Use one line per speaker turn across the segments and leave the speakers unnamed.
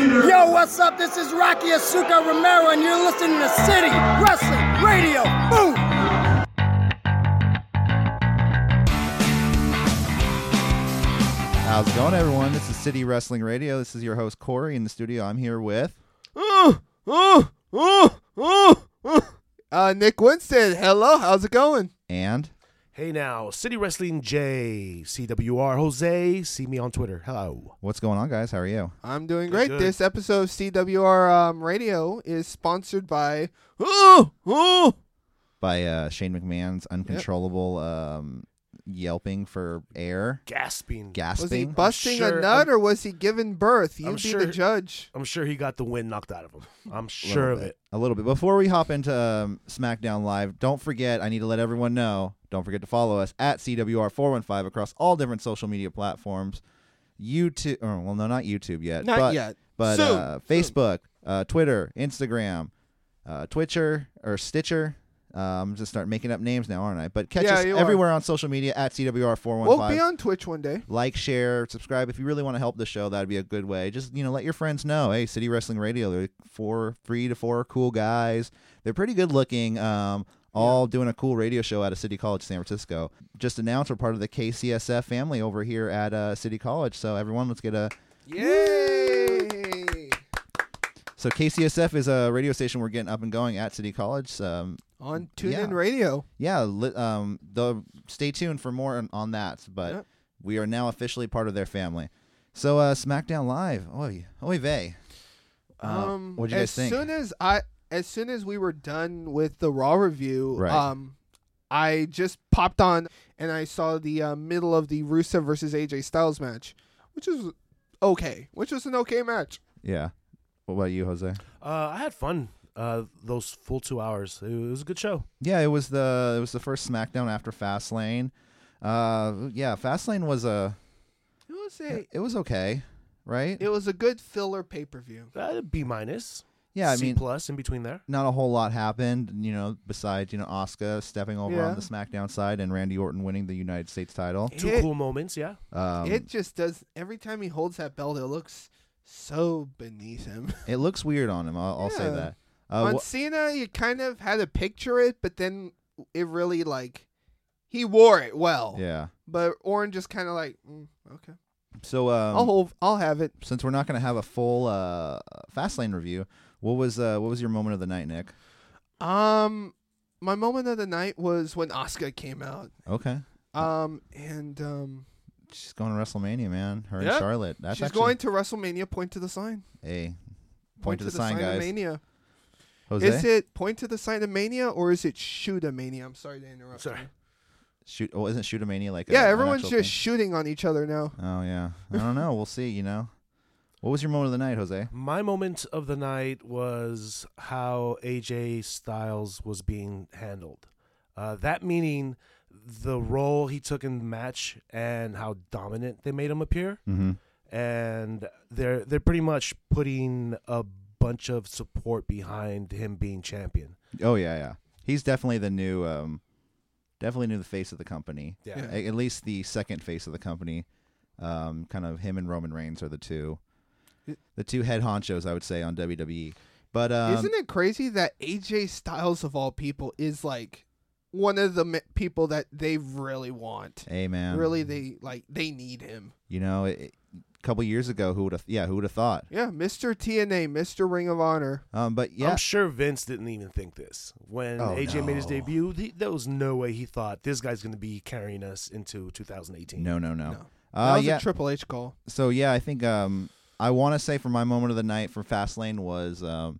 Yo, what's up? This is Rocky Asuka Romero, and you're listening to City Wrestling Radio. Boom!
How's it going, everyone? This is City Wrestling Radio. This is your host Corey in the studio. I'm here with
Uh, Nick Winston, hello, how's it going?
and
Hey now, City Wrestling J, CWR Jose, see me on Twitter. Hello.
what's going on, guys? How are you?
I'm doing great.
Good, good.
This episode of CWR um, Radio is sponsored by. Oh, oh.
By uh, Shane McMahon's uncontrollable um, yelping for air,
Gasping.
gasping.
Was he busting
sure-
a nut
I'm-
or was he giving birth? You'd
I'm
be
sure-
the judge.
I'm sure he got the wind knocked out of him. I'm
A little
sure of
bit.
it.
A little bit. Before we hop into um, SmackDown Live, don't forget, I need to let everyone know, don't forget to follow us at CWR415 across all different social media platforms. YouTube, or, well, no, not YouTube yet.
Not
but,
yet.
But
Soon.
Uh, Facebook, uh, Twitter, Instagram, uh, Twitcher, or Stitcher. Uh, I'm just start making up names now, aren't I? But catch
Yeah,
us
you are.
everywhere on social media at CWR415
We'll be on Twitch one day.
like, share, subscribe. If you really want to help the show, that'd be a good way. Just you know, let your friends know. Hey, City Wrestling Radio, they're four, three to four cool guys. They're pretty good looking. Um, all doing a cool radio show out of City College, San Francisco. Just announced we're part of the KCSF family over here at uh, City College. So everyone, let's get a.
Yay!
So KCSF is a radio station we're getting up and going at City College. Um,
On TuneIn
Yeah.
Radio.
yeah, li- um, the stay tuned for more on, on that. But
Yep.
we are now officially part of their family. So uh, SmackDown Live, oy, oy vey. Uh,
um,
what'd you guys
as
think?
soon as I, as soon as we were done with the Raw review,
Right.
um, I just popped on and I saw the uh, middle of the Rusev versus AJ Styles match, which is okay, which was an okay match.
Yeah. What about you, Jose?
Uh, I had fun uh, those full two hours. It was a good show.
Yeah, it was the it was the first SmackDown after Fastlane. Uh, yeah, Fastlane was a
It was a,
it was okay, right?
it was a good filler pay per view.
Uh, B minus.
yeah, I
C
mean,
plus in between there.
not a whole lot happened, you know, besides you know Oscar stepping over
Yeah.
on the SmackDown side and Randy Orton winning the United States title.
Two
It-
cool moments, yeah.
Um,
it just does. Every time he holds that belt, it looks so beneath him.
it looks weird on him. I'll, I'll say
Yeah.
that. Uh,
On
wha-
Cena, you kind of had to picture it, but then it really like he wore it well.
yeah.
But Orin just kind of like, mm, okay,
So um,
I'll hold, I'll have it.
since we're not going to have a full uh, Fastlane review, what was uh, what was your moment of the night, Nick?
Um, my moment of the night was when Asuka came out.
Okay.
Um, and um,
She's going to WrestleMania, man. Her
Yeah.
and Charlotte. That's
she's
actually,
going to WrestleMania. Point to the sign.
Hey, point, to the, sign,
of
guys.
Mania.
Jose,
Is it point to the sign of Mania or is it shoot a mania? I'm sorry to interrupt.
Sorry.
you.
shoot? Oh, isn't Shootamania like? a-
Yeah,
an
everyone's
actual
just shooting on each other now.
thing? oh yeah. I don't know. We'll see. You know. What was your moment of the night, Jose?
My moment of the night was how AJ Styles was being handled. Uh, that meaning the role he took in the match and how dominant they made him appear.
Mm-hmm.
and they're they're pretty much putting a bunch of support behind him being champion.
Oh yeah, yeah. He's definitely the new, um, definitely new the face of the company.
Yeah.
A- At least the second face of the company. Um, kind of him and Roman Reigns are the two, the two head honchos I would say on WWE. But um,
Isn't it crazy that AJ Styles of all people is like one of the me- people that they really want?
hey man,
Really, they like they need him.
You know, a couple years ago, who would have? Yeah, who would have thought?
Yeah, Mr. TNA, Mr. Ring of Honor.
Um, but yeah,
I'm sure Vince didn't even think this when
Oh,
AJ made his
no.
debut. He, there was no way he thought this guy's going to be carrying us into 2018.
no, no, no.
No. That
Uh,
was
yeah.
a Triple H call.
so yeah, I think um, I want to say for my moment of the night for Fastlane was um,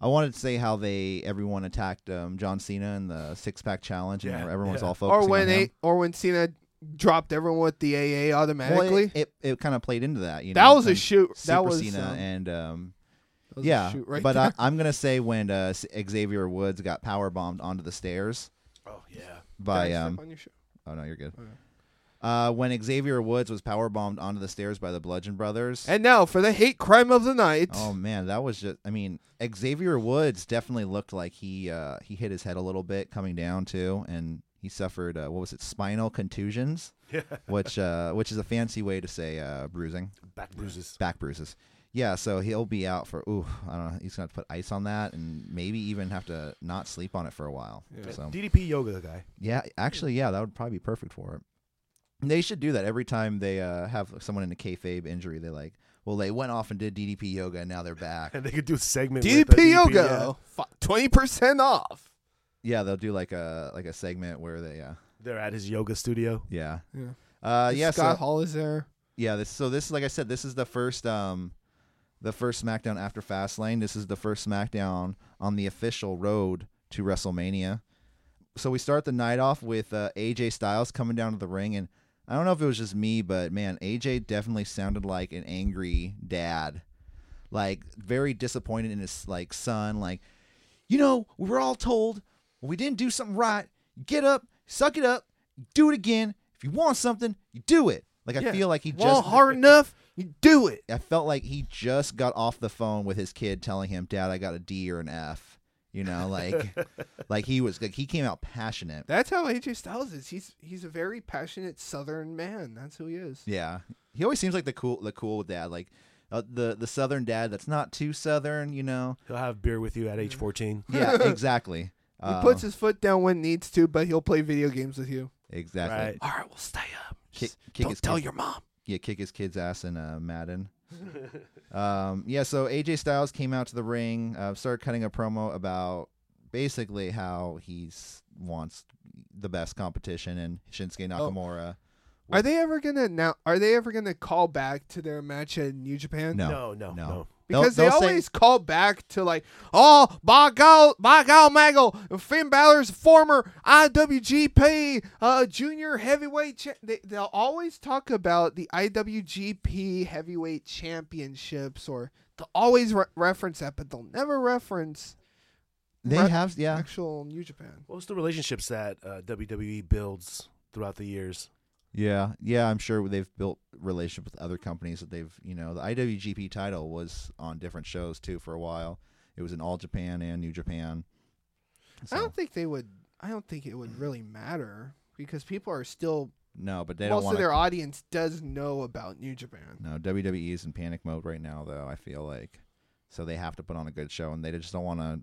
I wanted to say how they everyone attacked um, John Cena in the six pack challenge, and
Yeah,
everyone was
yeah.
all focused
Or when
on him.
a- or when Cena dropped everyone with the AA
Well,
automatically.
it, it, it kind of played into that. You know,
that was a
and
shoot.
Super
That was,
Cena
um,
and um,
that was a
yeah,
shoot right
but
there.
I, I'm gonna say when uh, S- Xavier Woods got power bombed onto the stairs
Oh yeah.
Can I
by
step
um,
on your shoe?
Oh no, you're good.
Okay.
Uh, when Xavier Woods was power bombed onto the stairs by the Bludgeon Brothers.
And now for the hate crime of the night.
oh man, that was just. I mean, Xavier Woods definitely looked like he uh, he hit his head a little bit coming down too, and he suffered uh, what was it, spinal contusions,
Yeah.
which uh, which is a fancy way to say uh, bruising,
Back bruises.
back bruises. yeah, so he'll be out for ooh, I don't know. He's gonna have to put ice on that and maybe even have to not sleep on it for a while. So
DDP yoga guy.
yeah, actually, yeah, that would probably be perfect for it. They should do that every time they uh, have someone in a kayfabe injury. They like, well, they went off and did DDP yoga, and now they're back.
And they could do a segment. with the
DDP
yeah.
Yoga, twenty percent off.
yeah, they'll do like a like a segment where they, uh,
They're at his yoga studio.
yeah,
Yeah.
uh, yeah,
Scott
so,
Hall is there.
yeah. This so this is like I said, this is the first um, the first SmackDown after Fastlane. This is the first SmackDown on the official road to WrestleMania. So we start the night off with uh, AJ Styles coming down to the ring, and I don't know if it was just me, but man, AJ definitely sounded like an angry dad, like very disappointed in his like son. Like, you know, we were all told when we didn't do something right, get up, suck it up, do it again. If you want something, you do it. Like I feel like he just
enough, you do it.
I felt like he just got off the phone with his kid telling him, "Dad, I got a D or an F." You know, like like he was like he came out passionate.
That's how AJ Styles is. He's he's a very passionate Southern man. That's who he is.
Yeah. He always seems like the cool the cool dad, like uh, the the southern dad that's not too southern, you know.
He'll have beer with you at age 14.
Yeah, exactly.
He
Uh,
puts his foot down when needs to, but he'll play video games with you.
exactly.
Right.
All right, we'll stay up.
Kick,
Just
kick
don't
his
tell
kid-
your mom.
yeah, kick his kid's ass in uh, Madden. um, yeah, so AJ Styles came out to the ring, uh, started cutting a promo about basically how he's wants the best competition and Shinsuke
Oh,
Nakamura.
Are they ever gonna now? Are they ever gonna call back to their match at New Japan?
Oh, No,
No, no, no.
They'll-
Because they
they'll say-
always call back to like, oh, by God, by God, Maggle, Finn Balor's former IWGP uh, junior heavyweight. Cha-. They, they'll always talk about the IWGP heavyweight championships, or they'll always re- reference that, but they'll never reference
they
Right.
have yeah.
actual New Japan.
What's the relationships that uh, WWE builds throughout the years?
Yeah, yeah, I'm sure they've built relationship with other companies that they've, you know, the IWGP title was on different shows too for a while. It was in All Japan and New Japan.
I
So,
don't think they would. I don't think it would really matter because people are still
no, but they don't
most of
want
their
to.
audience does know about New Japan.
No, WWE E is in panic mode right now, though. I feel like so they have to put on a good show, and they just don't want to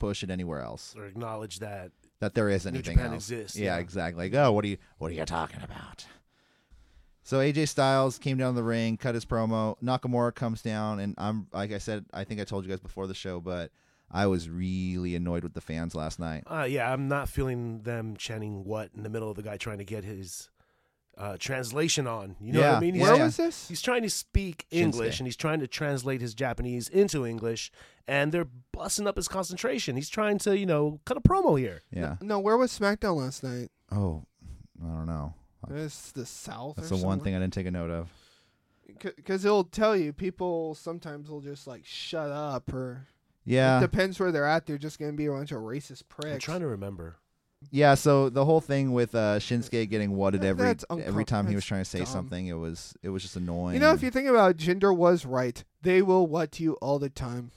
push it anywhere else.
Or acknowledge that
that there is
New
anything
Japan
else.
exists,
Yeah,
yeah.
exactly. Like, oh, what are you what are you talking about? So AJ Styles came down the ring, cut his promo. Nakamura comes down, and I'm like I said, I think I told you guys before the show, but I was really annoyed with the fans last night.
Uh, yeah, I'm not feeling them chanting what in the middle of the guy trying to get his uh, translation on. You know what
Yeah,
I mean?
yeah,
He's-
Where was this?
He's trying to speak English and he's trying to translate his Japanese into English, and they're busting up his concentration. He's trying to, you know, cut a promo here.
Yeah.
No, where was SmackDown last night?
Oh, I don't know.
It's the South.
That's the one thing I didn't take a note of.
Because it'll tell you, people sometimes will just like shut up, or
Yeah.
it depends where they're at. They're just gonna be a bunch of racist
I'm
pricks.
trying to remember.
Yeah, so the whole thing with uh, Shinsuke getting whatted
That-
every
that's uncom-
every time he was
that's
trying to say
dumb.
something, it was it was just annoying.
you know, if you think about it, Jinder was right. They will what you all the time.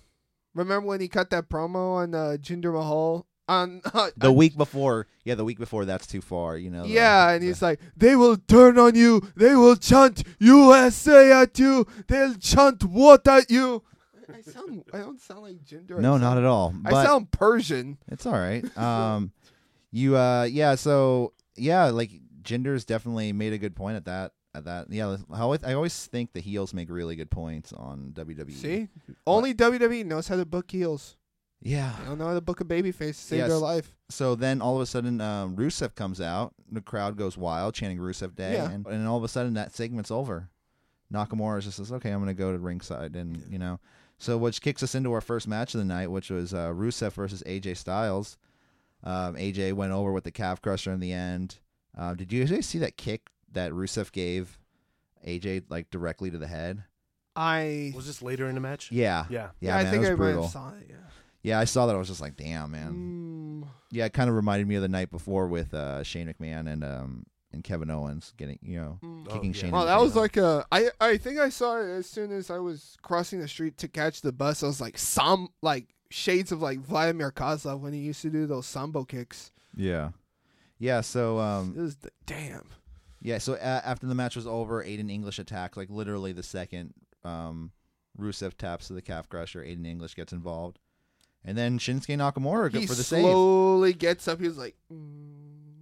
Remember when he cut that promo on uh, Jinder Mahal on
the week before, yeah, the week before that's too far, you know. the-
Yeah, and
the-
he's like, they will turn on you. They will chant USA at you. They'll chant what at you. I- I sound. I don't sound like gender. I
No,
sound-
not at all. But
I sound Persian.
it's all right. Um, you, uh, yeah. So yeah, like genders definitely made a good point at that. At that, yeah. I always, I always think the heels make really good points on E. WWE.
See, only WWE knows how to book heels.
Yeah.
They don't know how to book a babyface to save their
Yes.
life.
So then all of a sudden, um, Rusev comes out. The crowd goes wild, chanting Rusev Day,
Yeah.
and, and all of a sudden that segment's over. Nakamura just says, "Okay, I'm gonna go to ringside," and you know, so which kicks us into our first match of the night, which was uh, Rusev versus AJ Styles. Um, AJ went over with the calf crusher in the end. Uh, did you guys see that kick that Rusev gave AJ like directly to the head?
I.
Was this later in the match?
Yeah,
Yeah.
yeah.
I
man,
think
it was
I might
brutal.
have saw it. Yeah.
yeah, I saw that. I was just like, "Damn, man."
Mm,
Yeah, it kind of reminded me of the night before with uh, Shane McMahon and um and Kevin Owens getting you know
mm.
kicking
yeah.
Shane.
Wow,
in the
that was
face.
like a. I I think I saw it as soon as I was crossing the street to catch the bus. I was like some like shades of like Vladimir Kozlov when he used to do those sambo kicks.
yeah, yeah. So
It
um
was the, damn.
yeah, so a- after the match was over, Aiden English attacked like literally the second um Rusev taps to the calf crusher. Aiden English gets involved, and then Shinsuke Nakamura go
He
for the save.
slowly gets up. He was like, mm.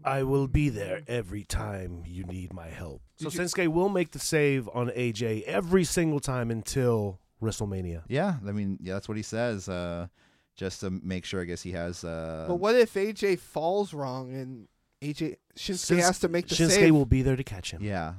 I will be there every time you need my help. So
Did you-
Sensuke will make the save on AJ every single time until WrestleMania.
Yeah, I mean, yeah, that's what he says. Uh, just to make sure, I guess he has. Uh,
but what if AJ falls wrong and AJ Shinsuke
Shins-
has to make the
Shinsuke
save
will be there to catch him.
yeah,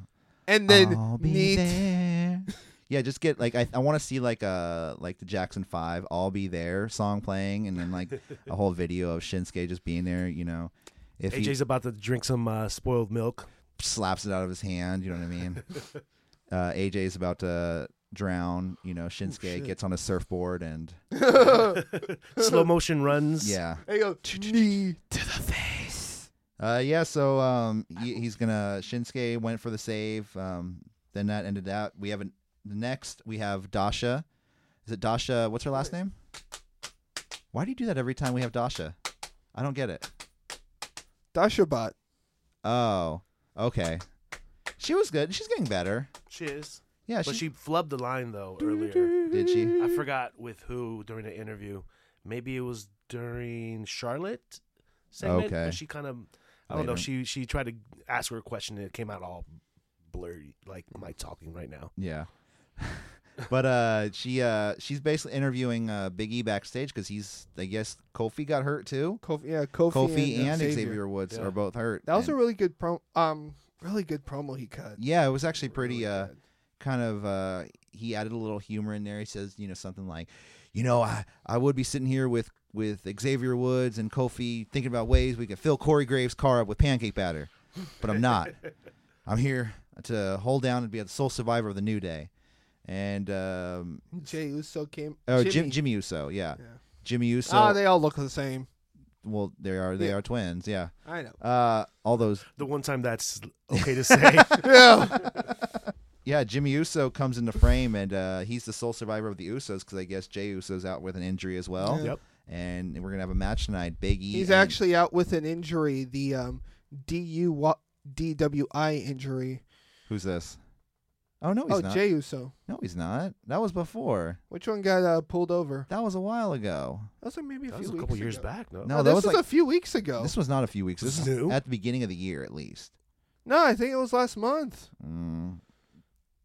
and then
I'll be
neat
there. Yeah, just get like I, I want to see like uh like the Jackson Five "I'll Be There" song playing, and then like a whole video of Shinsuke just being there. You know, if
AJ's
he
about to drink some uh, spoiled milk.
slaps it out of his hand, you know what I mean. uh, AJ's about to drown. You know, Shinsuke
shit.
gets on a surfboard and
Slow motion runs.
yeah,
And he goes, knee to the
uh, yeah. So um, he, he's gonna Shinsuke went for the save. Um, then that ended out. We have an, the next. We have Dasha. Is it Dasha? What's her last name? Why do you do that every time we have Dasha? I don't get it.
Dashabot.
Oh, okay. She was good. She's getting better.
Cheers.
Yeah,
But
she,
she flubbed the line though earlier.
did she.
I forgot with who during the interview. Maybe it was during Charlotte segment.
Okay.
but She kind of I don't know.
Later.
She she tried to ask her a question and it came out all blurry. Like am I talking right now?
Yeah. but uh, she uh, she's basically interviewing uh, Big E backstage because he's I guess Kofi got hurt too.
Kofi, yeah, Kofi,
Kofi
and, uh,
and, Xavier.
Xavier.
Woods
Yeah.
are both hurt.
That was a
and-
really good promo. Um, really good promo he cut.
yeah. It was actually pretty
Really
uh,
good.
kind of uh, he added a little humor in there. He says you know something like, you know I I would be sitting here with with Xavier Woods and Kofi thinking about ways we could fill Corey Graves' car up with pancake batter, but I'm not. I'm here to hold down and be the sole survivor of the new day. And um,
Jay Uso came.
Oh,
Jimmy.
Jim, Jimmy Uso, yeah.
Yeah.
Jimmy Uso.
ah, they all look the same.
well, they are they
Yeah.
are twins, yeah.
I know.
Uh, all those,
The one time that's okay to say.
Yeah.
yeah. Jimmy Uso comes into frame, and uh, he's the sole survivor of the Usos because I guess Jay Uso's out with an injury as well.
Yeah.
Yep.
And we're gonna have a match tonight. Big E.
He's
and-
actually out with an injury, the um, DU DWI injury.
who's this? Oh no, he's
Oh,
not.
Jey Uso.
no, he's not. That was before.
Which one got uh, pulled over?
That was a while ago.
That was like maybe a
That
few
was a
weeks
couple years
ago.
back. No.
No,
No,
that
this
was
was
like
a few weeks ago.
this was not a few weeks. This
This
is
is new?
at the beginning of the year, at least.
No, I think it was last month.
Mm.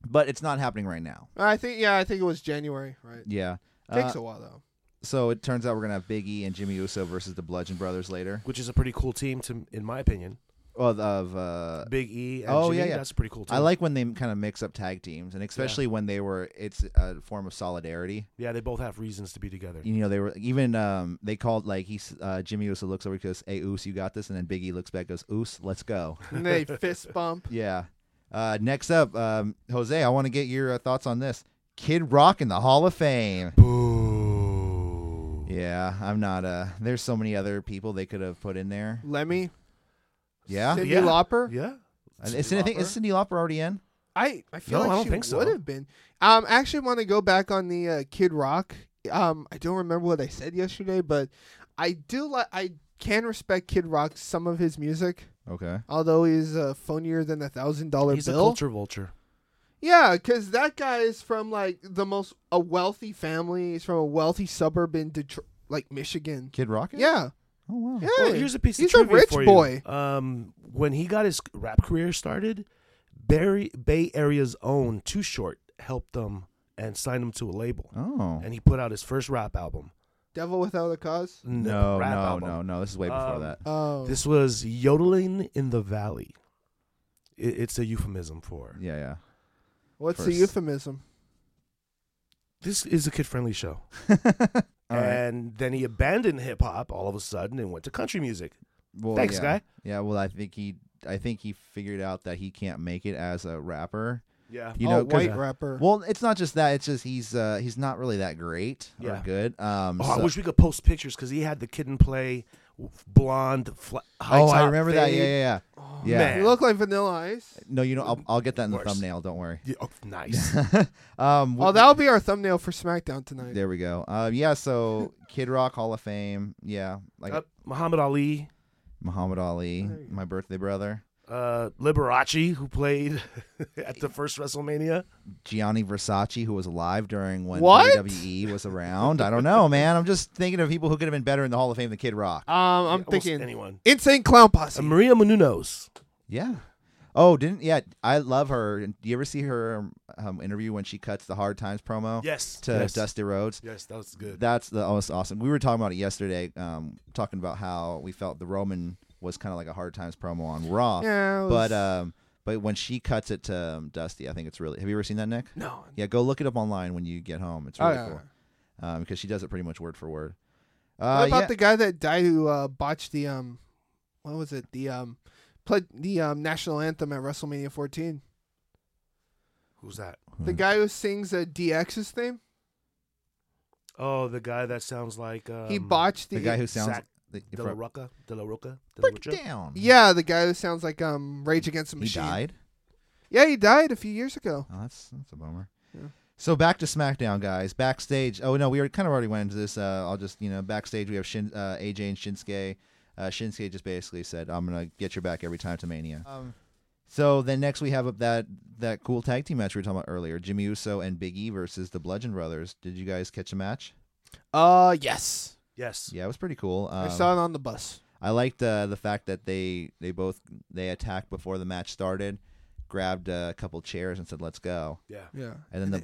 But it's not happening right now.
I think yeah, I think it was January. Right.
Yeah. Uh,
Takes a while though.
So it turns out we're gonna have Big E and Jimmy Uso versus the Bludgeon Brothers later.
Which is a pretty cool team to in my opinion.
Well, of uh,
Big E and
Oh,
Jimmy,
yeah, yeah.
that's a pretty cool team.
I like when they kind of mix up tag teams, and especially when they were it's a form of solidarity.
Yeah, they both have reasons to be together.
You know, they were even um they called like he's uh, Jimmy Uso looks over goes, "Hey Oos, you got this," and then Big E looks back goes, "Oos, let's go."
And they fist bump.
yeah. Uh, next up, um, Jose, I want to get your uh, thoughts on this. Kid Rock in the Hall of Fame.
Boo.
Yeah, I'm not. Uh, there's so many other people they could have put in there.
Lemmy.
Yeah,
Cindy
Yeah.
Lauper.
Yeah.
is Cindy, I think, is
Lauper?
Cindy Lauper already in?
I I feel
No,
like
I don't
she
think so.
would have been. Um, I actually want to go back on the uh, Kid Rock. Um, I don't remember what I said yesterday, but I do like I can respect Kid Rock some of his music,
Okay.
although he's uh, phonier than a thousand dollar
He's a
bill.
culture vulture.
Yeah, because that guy is from like the most a wealthy family. He's from a wealthy suburb in Detroit, like Michigan.
Kid Rock. is?
Yeah,
Oh wow.
yeah.
Well, here's a piece
He's a
of trivia
rich
for you.
boy.
Um, when he got his rap career started, Barry, Bay Area's own Too Short helped them and signed him to a label,
Oh.
and he put out his first rap album.
Devil without a cause.
N-
No,
rap
no,
album.
no, no. This is way before
Um,
that.
Oh,
This was yodeling in the valley. It, it's a euphemism for
Yeah, yeah.
what's the
first.
euphemism?
this is a kid friendly show.
All right.
and then he abandoned hip hop all of a sudden and went to country music.
Well,
Thanks,
yeah.
guy.
Yeah. Well, I think he, I think he figured out that he can't make it as a rapper.
Yeah,
You
oh,
know, 'cause-
white rapper.
well, it's not just that. It's just he's, uh, he's not really that great or
Yeah.
good. Um,
Oh, I
so-
wish we could post pictures because he had the kid and play blonde, fla- high
oh, I
top
remember that. Yeah,
fade.
yeah, yeah. yeah.
man.
You look like Vanilla Ice.
No, you know, I'll, I'll get that in the
Worse.
thumbnail. Don't worry.
Yeah, oh, nice.
um, we-
Oh, that'll be our thumbnail for SmackDown tonight.
there we go. Uh, yeah. So Kid Rock Hall of Fame. Yeah, like
Uh, Muhammad Ali.
Muhammad Ali,
There you go.
my birthday brother.
uh, Liberace, who played at the first WrestleMania.
Gianni Versace, who was alive during when
What?
WWE was around. I don't know, man. I'm just thinking of people who could have been better in the Hall of Fame than Kid Rock.
Um, I'm
Almost
thinking
anyone.
Insane Clown Posse.
Uh,
Um,
Maria Menounos.
Yeah. Oh, didn't yeah? I love her. And Do you ever see her um, interview when she cuts the Hard Times promo?
Yes.
To
yes.
Dusty Rhodes.
Yes, that was good.
That's the oh, that's awesome. We were talking about it yesterday, um, talking about how we felt the Roman was kind of like a hard times promo on Raw.
Yeah, it was-
But um, but when she cuts it to um, Dusty, I think it's really. Have you ever seen that, Nick?
no.
Yeah, go look it up online when you get home. It's
Oh,
really
yeah.
cool because Um, she does it pretty much word for word.
What
Uh,
about
yeah.
the guy that died who uh, botched the um, what was it? The um, played the um national anthem at WrestleMania 14.
Who's that?
Hmm.
The guy who sings uh, DX's theme.
Oh, the guy that sounds like um,
he botched the,
the guy who sounds
Zach
like
De La Rocca. De La Rocca. De La
break
Rocha?
down.
Yeah, the guy who sounds like um Rage Against the
he
Machine.
died.
Yeah, he died a few years ago.
Oh, that's that's a bummer.
Yeah.
So back to SmackDown, guys. Backstage. Oh no, we already kind of already went into this. Uh, I'll just you know, backstage we have Shin, uh, AJ and Shinsuke. Uh, Shinsuke just basically said, "I'm gonna get your back every time to Mania."
Um,
So then next we have that that cool tag team match we were talking about earlier: Jimmy Uso and Big E versus the Bludgeon Brothers. Did you guys catch a match?
uh yes,
Yes.
Yeah, it was pretty cool. Um,
I saw it on the bus.
I liked uh, the fact that they they both they attacked before the match started, grabbed uh, a couple chairs and said, "Let's go."
Yeah.
Yeah.
and then the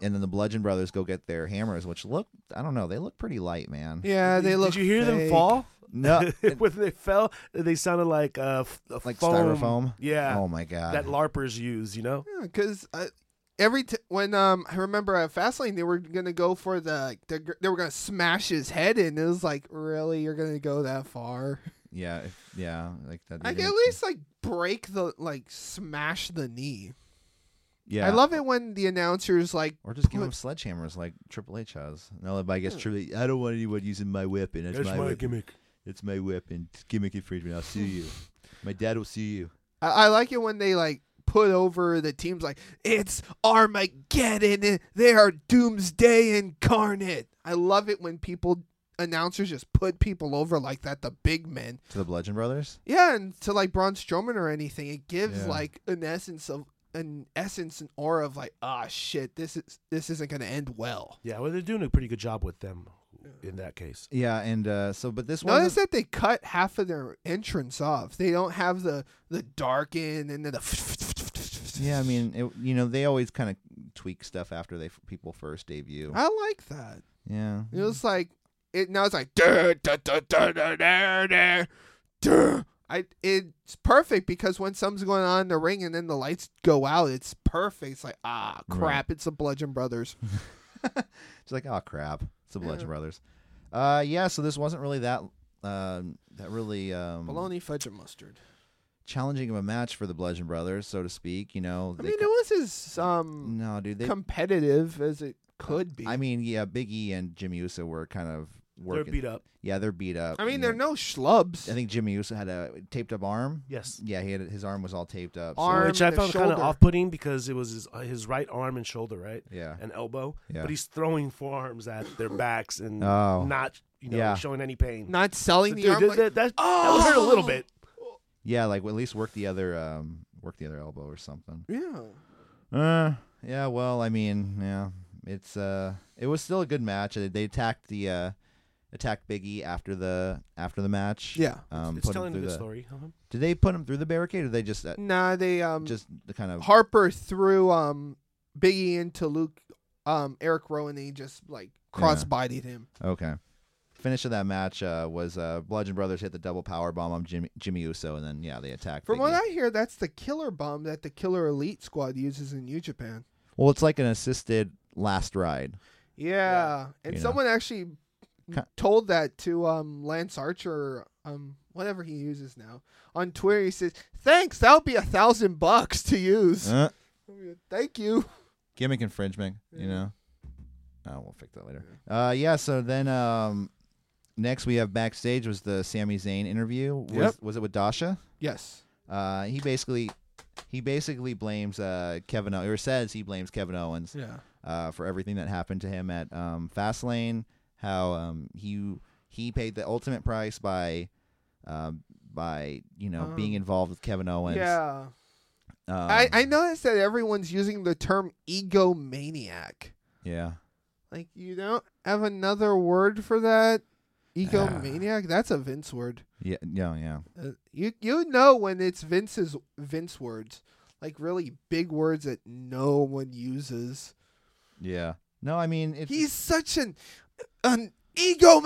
and then the Bludgeon Brothers go get their hammers, which look I don't know, they look pretty light, man.
Yeah, they
Did-
look.
Did you hear them
fake.
fall?
No,
when they fell, they sounded like uh, f- a
Uh, like
foam.
styrofoam.
Yeah.
Oh my god.
that LARPers use, you know?
because every t- when um I remember at Fastlane they were gonna go for the, the they were gonna smash his head in. It was like really you're gonna go that far?
yeah, if- yeah, like that.
Like at least like break the like smash the knee.
Yeah.
I love it when the announcers like
Or just give
put-
them sledgehammers like Triple H has. No, but I guess truly, I don't want anyone using my weapon. It's my, weapon.
gimmick.
It's my weapon. It's gimmick infringement. I'll sue you. my dad will sue you.
I, I like it when they like put over the teams like it's Armageddon. They are Doomsday incarnate. I love it when people announcers just put people over like that. The big men.
To the Bludgeon Brothers.
Yeah, and to like Braun Strowman or anything, it gives
Yeah.
like an essence of an essence and aura of like, ah, shit, this is this isn't gonna end well.
Yeah, well, they're doing a pretty good job with them in that case.
Yeah, and uh, so but this one.
Notice that they cut half of their entrance off. They don't have the the darken and then the.
Yeah, I mean, it, you know, they always kind of tweak stuff after they f- people first debut.
I like that.
yeah.
It was like it now. It's like duh, duh, duh, duh, duh, duh, duh, duh. I it's perfect because when something's going on in the ring and then the lights go out, it's perfect. It's like ah
Right. Hmm.
crap, it's the Bludgeon Brothers.
It's like, oh crap, it's the Bludgeon Brothers. Uh, yeah. So this wasn't really that um, that really um,
Bologna, fudge, and mustard.
challenging of a match for the Bludgeon Brothers, so to speak. You know,
I
they
mean, it
co-
was as um,
no, dude. They,
competitive as it could be.
I mean, yeah, Big E and Jimmy Uso were kind of
They're
working.
beat up.
Yeah, they're beat up.
I mean,
you
they're
know.
no schlubs.
I think Jimmy Uso had a taped up arm.
Yes.
Yeah, he had his arm was all taped up. so-
Arm
Which I
and the
found kind of
shoulder.
off putting because it was his, uh, his right arm and shoulder, right?
yeah.
And elbow.
Yeah.
But he's throwing forearms at their backs and
Oh.
not you know,
Yeah.
showing any pain.
Not selling
So,
the
dude,
arm.
that,
like-
that, that, that would hurt a little
Oh!
bit.
Yeah, like well, at least work the other um work the other elbow or something.
yeah.
Uh, yeah. Well, I mean, yeah, it's uh, it was still a good match. Uh, They attacked the uh, attacked Biggie after the after the match.
Yeah.
Um,
it's
put him
telling a
through
good
the-
story. huh?
Did they put him through the barricade, or they just uh,
Nah, they um
just the kind of
Harper threw um Biggie into Luke um Eric Rowan and he just like crossbodied him.
okay? Finish of that match uh, was uh, Bludgeon Brothers hit the double power bomb on Jimmy, Jimmy Uso, and then yeah, they attacked.
From
Big
what
E.
I hear, that's the killer bomb that the Killer Elite Squad uses in New Japan.
well, it's like an assisted last ride.
Yeah, and
You know.
someone actually
Ki-
told that to um Lance Archer, um whatever he uses now on Twitter. He says, "Thanks, that'll be a thousand bucks to use."
Uh,
Thank you.
gimmick infringement, you
Yeah.
know. Oh, we'll fix that later. Uh, yeah. So then, um, next we have backstage was the Sami Zayn interview. Was,
Yep.
was it with Dasha?
Yes.
Uh, he basically, he basically blames uh Kevin o- or says he blames Kevin Owens
Yeah.
uh for everything that happened to him at um Fastlane. How um he he paid the ultimate price by um by you know
Oh.
being involved with Kevin Owens.
Yeah.
Um,
I, I noticed that everyone's using the term egomaniac.
yeah.
Like you don't have another word for that.
Ah.
Egomaniac. That's a Vince word.
Yeah. Yeah. Yeah.
Uh, you you know when it's Vince's Vince words, like really big words that no one uses.
Yeah. No, I mean it's.
He's such an an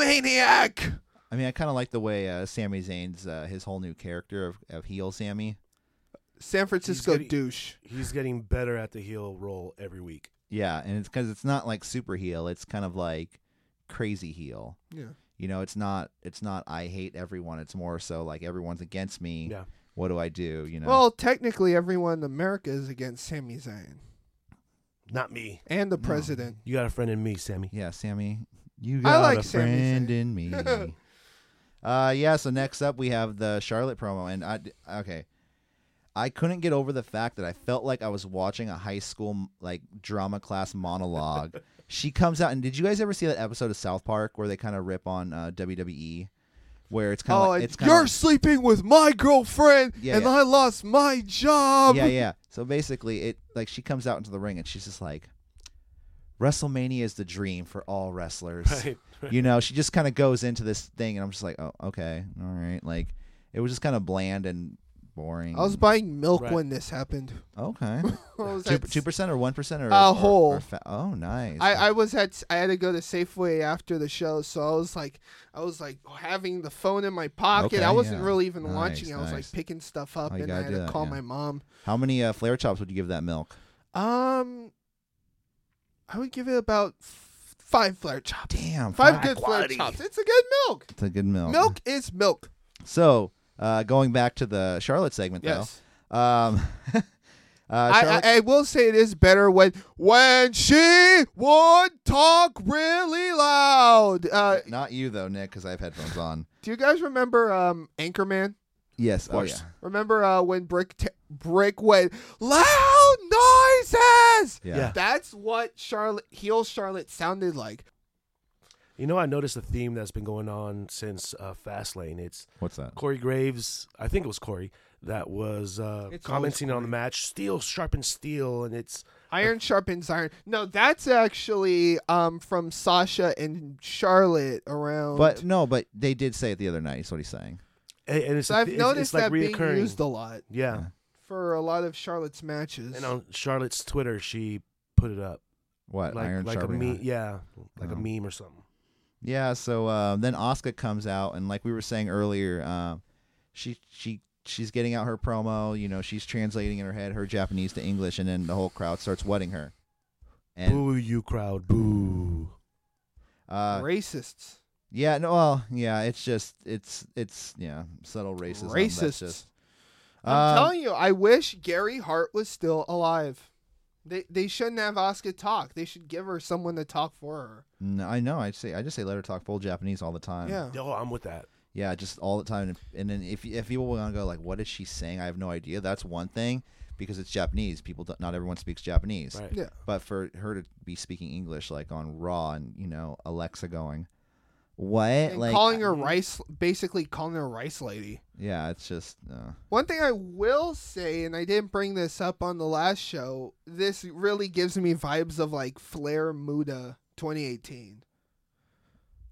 egomaniac.
I mean, I kind of like the way uh, Sami Zayn's uh, his whole new character of, of heel Sammy.
San Francisco
gonna-
douche.
He's getting better at the heel role every week.
Yeah, and it's because it's not like super heel. It's kind of like crazy heel.
Yeah.
You know, it's not it's not I hate everyone. It's more so like everyone's against me.
Yeah.
What do I do? You know.
Well, technically, everyone in America is against Sami Zayn
Not me.
and the
Mm.
president.
You got a friend in me, Sammy.
yeah, Sammy, you
I
got
like
a
Sami
friend
Zayn.
in me. uh, yeah. So next up, we have the Charlotte promo, and I d- okay. I couldn't get over the fact that I felt like I was watching a high school like drama class monologue. she comes out, and did you guys ever see that episode of South Park where they kind of rip on uh, WWE, where it's kind of
Oh,
like,
and
it's kind
you're sleeping with my girlfriend,
Yeah,
and
yeah.
I lost my job.
yeah, yeah. So basically, it like she comes out into the ring and she's just like, WrestleMania is the dream for all wrestlers.
Right.
You know, she just kind of goes into this thing, and I'm just like, oh, okay, all right. Like, it was just kind of bland and boring.
I was buying milk
Right.
when this happened.
okay,
I was
two
at
two percent or one percent or
A
or-
whole.
or fa- oh, nice.
I, I was at I had to go to Safeway after the show, so I was like I was like having the phone in my pocket.
Okay,
I wasn't
yeah.
really even
Nice,
watching. I was
nice.
like picking stuff up,
Oh, you
and
gotta
I had
do
to
that,
call
yeah.
my mom.
How many uh, flare chops would you give that milk?
Um, I would give it about f- five flare chops.
Damn,
Five
fuck,
good
quality.
flare chops. It's a good milk.
It's a good milk.
Milk is milk.
So, uh, going back to the Charlotte segment,
Yes.
though. Um, uh,
I,
Charlotte-
I, eh. I will say it is better when when she would talk really loud. Uh,
not you though, Nick, because I have headphones on.
do you guys remember um, Anchorman?
Yes, of
course.
Oh, yeah.
Remember uh, when Brick t- Brick went loud noises?
Yeah.
Yeah.
That's what Charlotte heel Charlotte sounded like.
You know, I noticed a theme that's been going on since uh, Fastlane. It's
What's that?
Corey Graves, I think it was Corey, that was uh,
It's
commenting
always
on the
Corey.
match. Steel sharpens steel, and it's
Iron sharpens iron. No, that's actually um from Sasha and Charlotte around.
But no, but they did say it the other night. Is what he's saying.
and and it's
So
a
I've
th- it's,
noticed
it's like
that being
reoccurring.
used a lot
yeah,
for a lot of Charlotte's matches.
and um, on Charlotte's Twitter, she put it up
What
like
iron
like a
sharpening
meme.
iron?
Yeah, like
Oh.
a meme or something.
Yeah. So uh, then Oscar comes out, and like we were saying earlier, uh, she she she's getting out her promo. You know, she's translating in her head her Japanese to English, and then the whole crowd starts wetting her. And
boo, you crowd, boo.
uh,
Racists.
yeah, no, well, yeah, it's just it's it's yeah, subtle racism. that's
Racists.
just-
I'm
Um,
telling you, I wish Gary Hart was still alive. They they shouldn't have Asuka talk. They should give her someone to talk for her.
No, I know. I say I just say let her talk full Japanese all the time.
yeah.
Oh, I'm with that.
Yeah, just all the time. And then if if people want to go like, what is she saying? I have no idea. That's one thing because it's Japanese. People, don't, not everyone speaks Japanese.
Right.
Yeah.
But for her to be speaking English like on Raw and you know Alexa going, what?
And
like uh-huh.
calling her rice, basically calling her rice lady.
Yeah, it's just uh,
One thing I will say, and I didn't bring this up on the last show, this really gives me vibes of like Flair Muda 2018.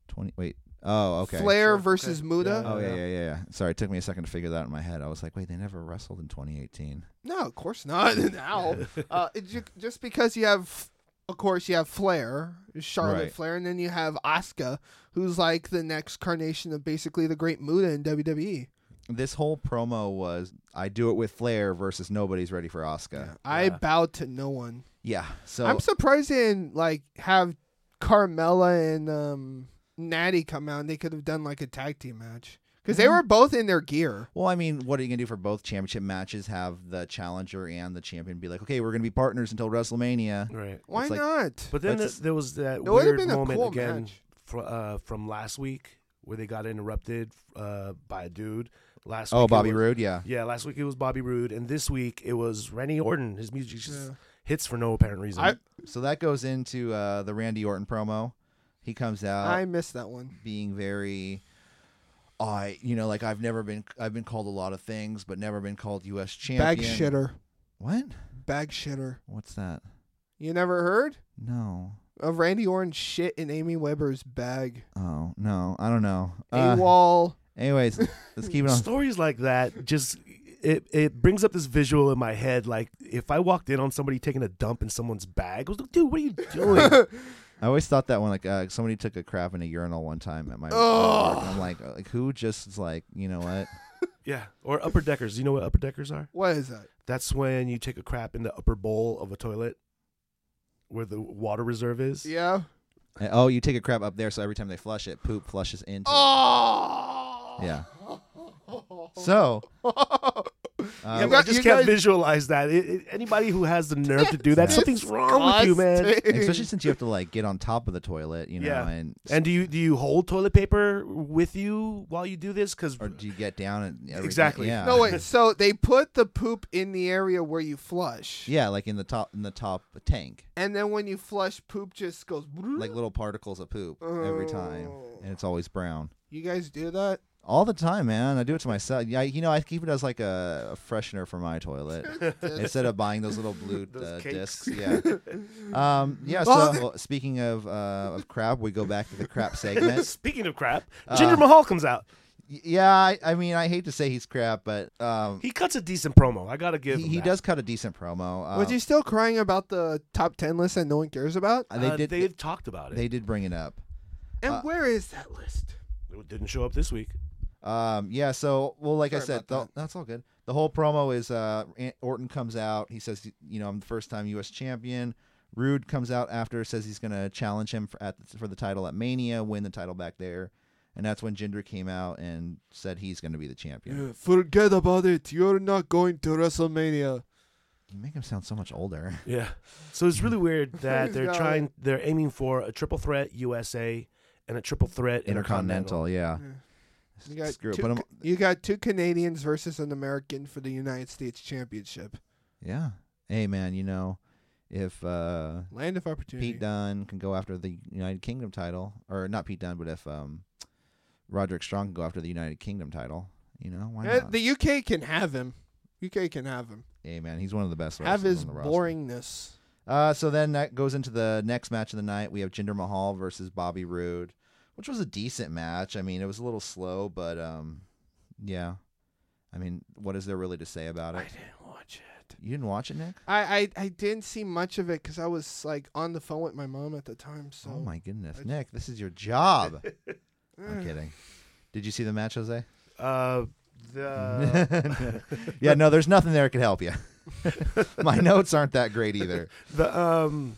twenty. Wait. Oh, okay.
Flair
Sure,
versus
okay.
Muda?
Yeah.
Oh yeah, yeah, yeah, yeah. Sorry, it took me a second to figure that out in my head. I was like, wait, they never wrestled in 2018.
No, of course not. now, uh, it ju- just because you have, of course, you have Flair, Charlotte
Right.
Flair, and then you have Asuka, who's like the next carnation of basically the Great Muda in E. WWE.
This whole promo was I do it with Flair versus nobody's ready for Oscar.
I bow to no one.
Yeah. So
I'm surprised they didn't like have Carmella and um, Natty come out. and They could have done like a tag team match because
Mm-hmm.
they were both in their gear.
Well, I mean, what are you gonna do for both championship matches? Have the challenger and the champion be like, okay, we're gonna be partners until WrestleMania.
Right.
Why
It's like-
not?
But then
That's-
th- there was that
It would've
weird
been a
moment
cool
again
match.
fr- uh, from last week where they got interrupted uh, by a dude. Last week
Oh,
it
Bobby
was-
Roode, yeah.
Yeah, last week it was Bobby Roode, and this week it was Randy Orton. His music just
Yeah.
hits for no apparent reason.
I-
So that goes into uh, the Randy Orton promo. He comes out
I missed that one.
being very, I you know like I've never been I've been called a lot of things, but never been called U.S. champion.
Bag shitter.
What?
Bag shitter.
What's that?
You never heard
No.
of Randy Orton shit in Amy Weber's bag?
Oh no, I don't know. Uh,
AWOL.
anyways, let's keep it on.
Stories like that just it it brings up this visual in my head. Like if I walked in on somebody taking a dump in someone's bag, I was like, dude, what are you doing?
I always thought that one like uh, somebody took a crap in a urinal one time at my.
Ugh.
and I'm like, uh, like who just is like you know what?
yeah. Or upper deckers. You know what upper deckers are?
what is that?
That's when you take a crap in the upper bowl of a toilet where the water reserve is.
Yeah.
Uh, Oh, you take a crap up there, so every time they flush it, poop flushes into. it.
Oh.
Yeah. So
Yeah,
uh,
but I
got-
just
you
can't
guys-
visualize that. It- it- anybody who has the nerve to do that, something's wrong with you, man.
especially since you have to like get on top of the toilet, you know,
Yeah.
and
And do you do you hold toilet paper with you while you do this? Because
or do you get down and everything?
Exactly.
Yeah.
No wait. So they put the poop in the area where you flush.
Yeah, like in the top in the top tank,
And then when you flush, poop just goes.
like little particles of poop every time, and it's always brown.
you guys do that?
All the time, man. I do it to myself. Yeah, you know, I keep it as like a, a freshener for my toilet instead of buying those little blue
Those
uh,
cakes.
discs. Yeah. Um, yeah. So well, speaking of uh, of crap, we go back to the crap segment.
speaking of crap,
uh,
Jinder Mahal comes out.
Y- yeah, I, I mean, I hate to say he's crap, but um,
He cuts a decent promo. I gotta give.
he,
him
he
that.
does cut a decent promo. Um,
Was you still crying about the top ten list that no one cares about?
uh, they
Uh,
did.
They
They,
talked about it.
did bring it up.
And
uh,
where is that list?
It didn't show up this week.
Um, yeah, so well, like I
Sorry
said,
about
the, that's all good. The whole promo is uh, An- Orton comes out. He says, you know, I'm the first time U.S. champion. Rude comes out after, says he's going to challenge him for, at, for the title at Mania, win the title back there, and that's when Jinder came out and said he's going to be the champion.
Forget about it. You're not going to WrestleMania.
You make him sound so much older.
Yeah. So it's really weird that they're
Got it.
trying. They're aiming for a triple threat USA and a triple threat Intercontinental.
Intercontinental, yeah.
You got
Screw it,
two
put 'em-
Ca- you got two Canadians versus an American for the United States Championship.
yeah. Hey, man, you know, if uh,
Land of opportunity.
Pete Dunne can go after the United Kingdom title, or not Pete Dunne, but if um, Roderick Strong can go after the United Kingdom title, you know why
Eh,
not?
the UK can have him. UK can have him.
hey man, he's one of the best.
have
wrestlers
his
on the roster.
boringness.
Uh, so then that goes into the next match of the night. We have Jinder Mahal versus Bobby Roode, which was a decent match. I mean, it was a little slow, but um, yeah. I mean, what is there really to say about it?
didn't watch it.
You didn't watch it, Nick?
I I, I didn't see much of it because I was like on the phone with my mom at the time. So
oh my goodness,
I-
Nick, this is your job. I'm
Eh.
kidding. Did you see the match, Jose?
Uh, the
yeah, no, there's nothing there that could help you. My notes aren't that great either.
the um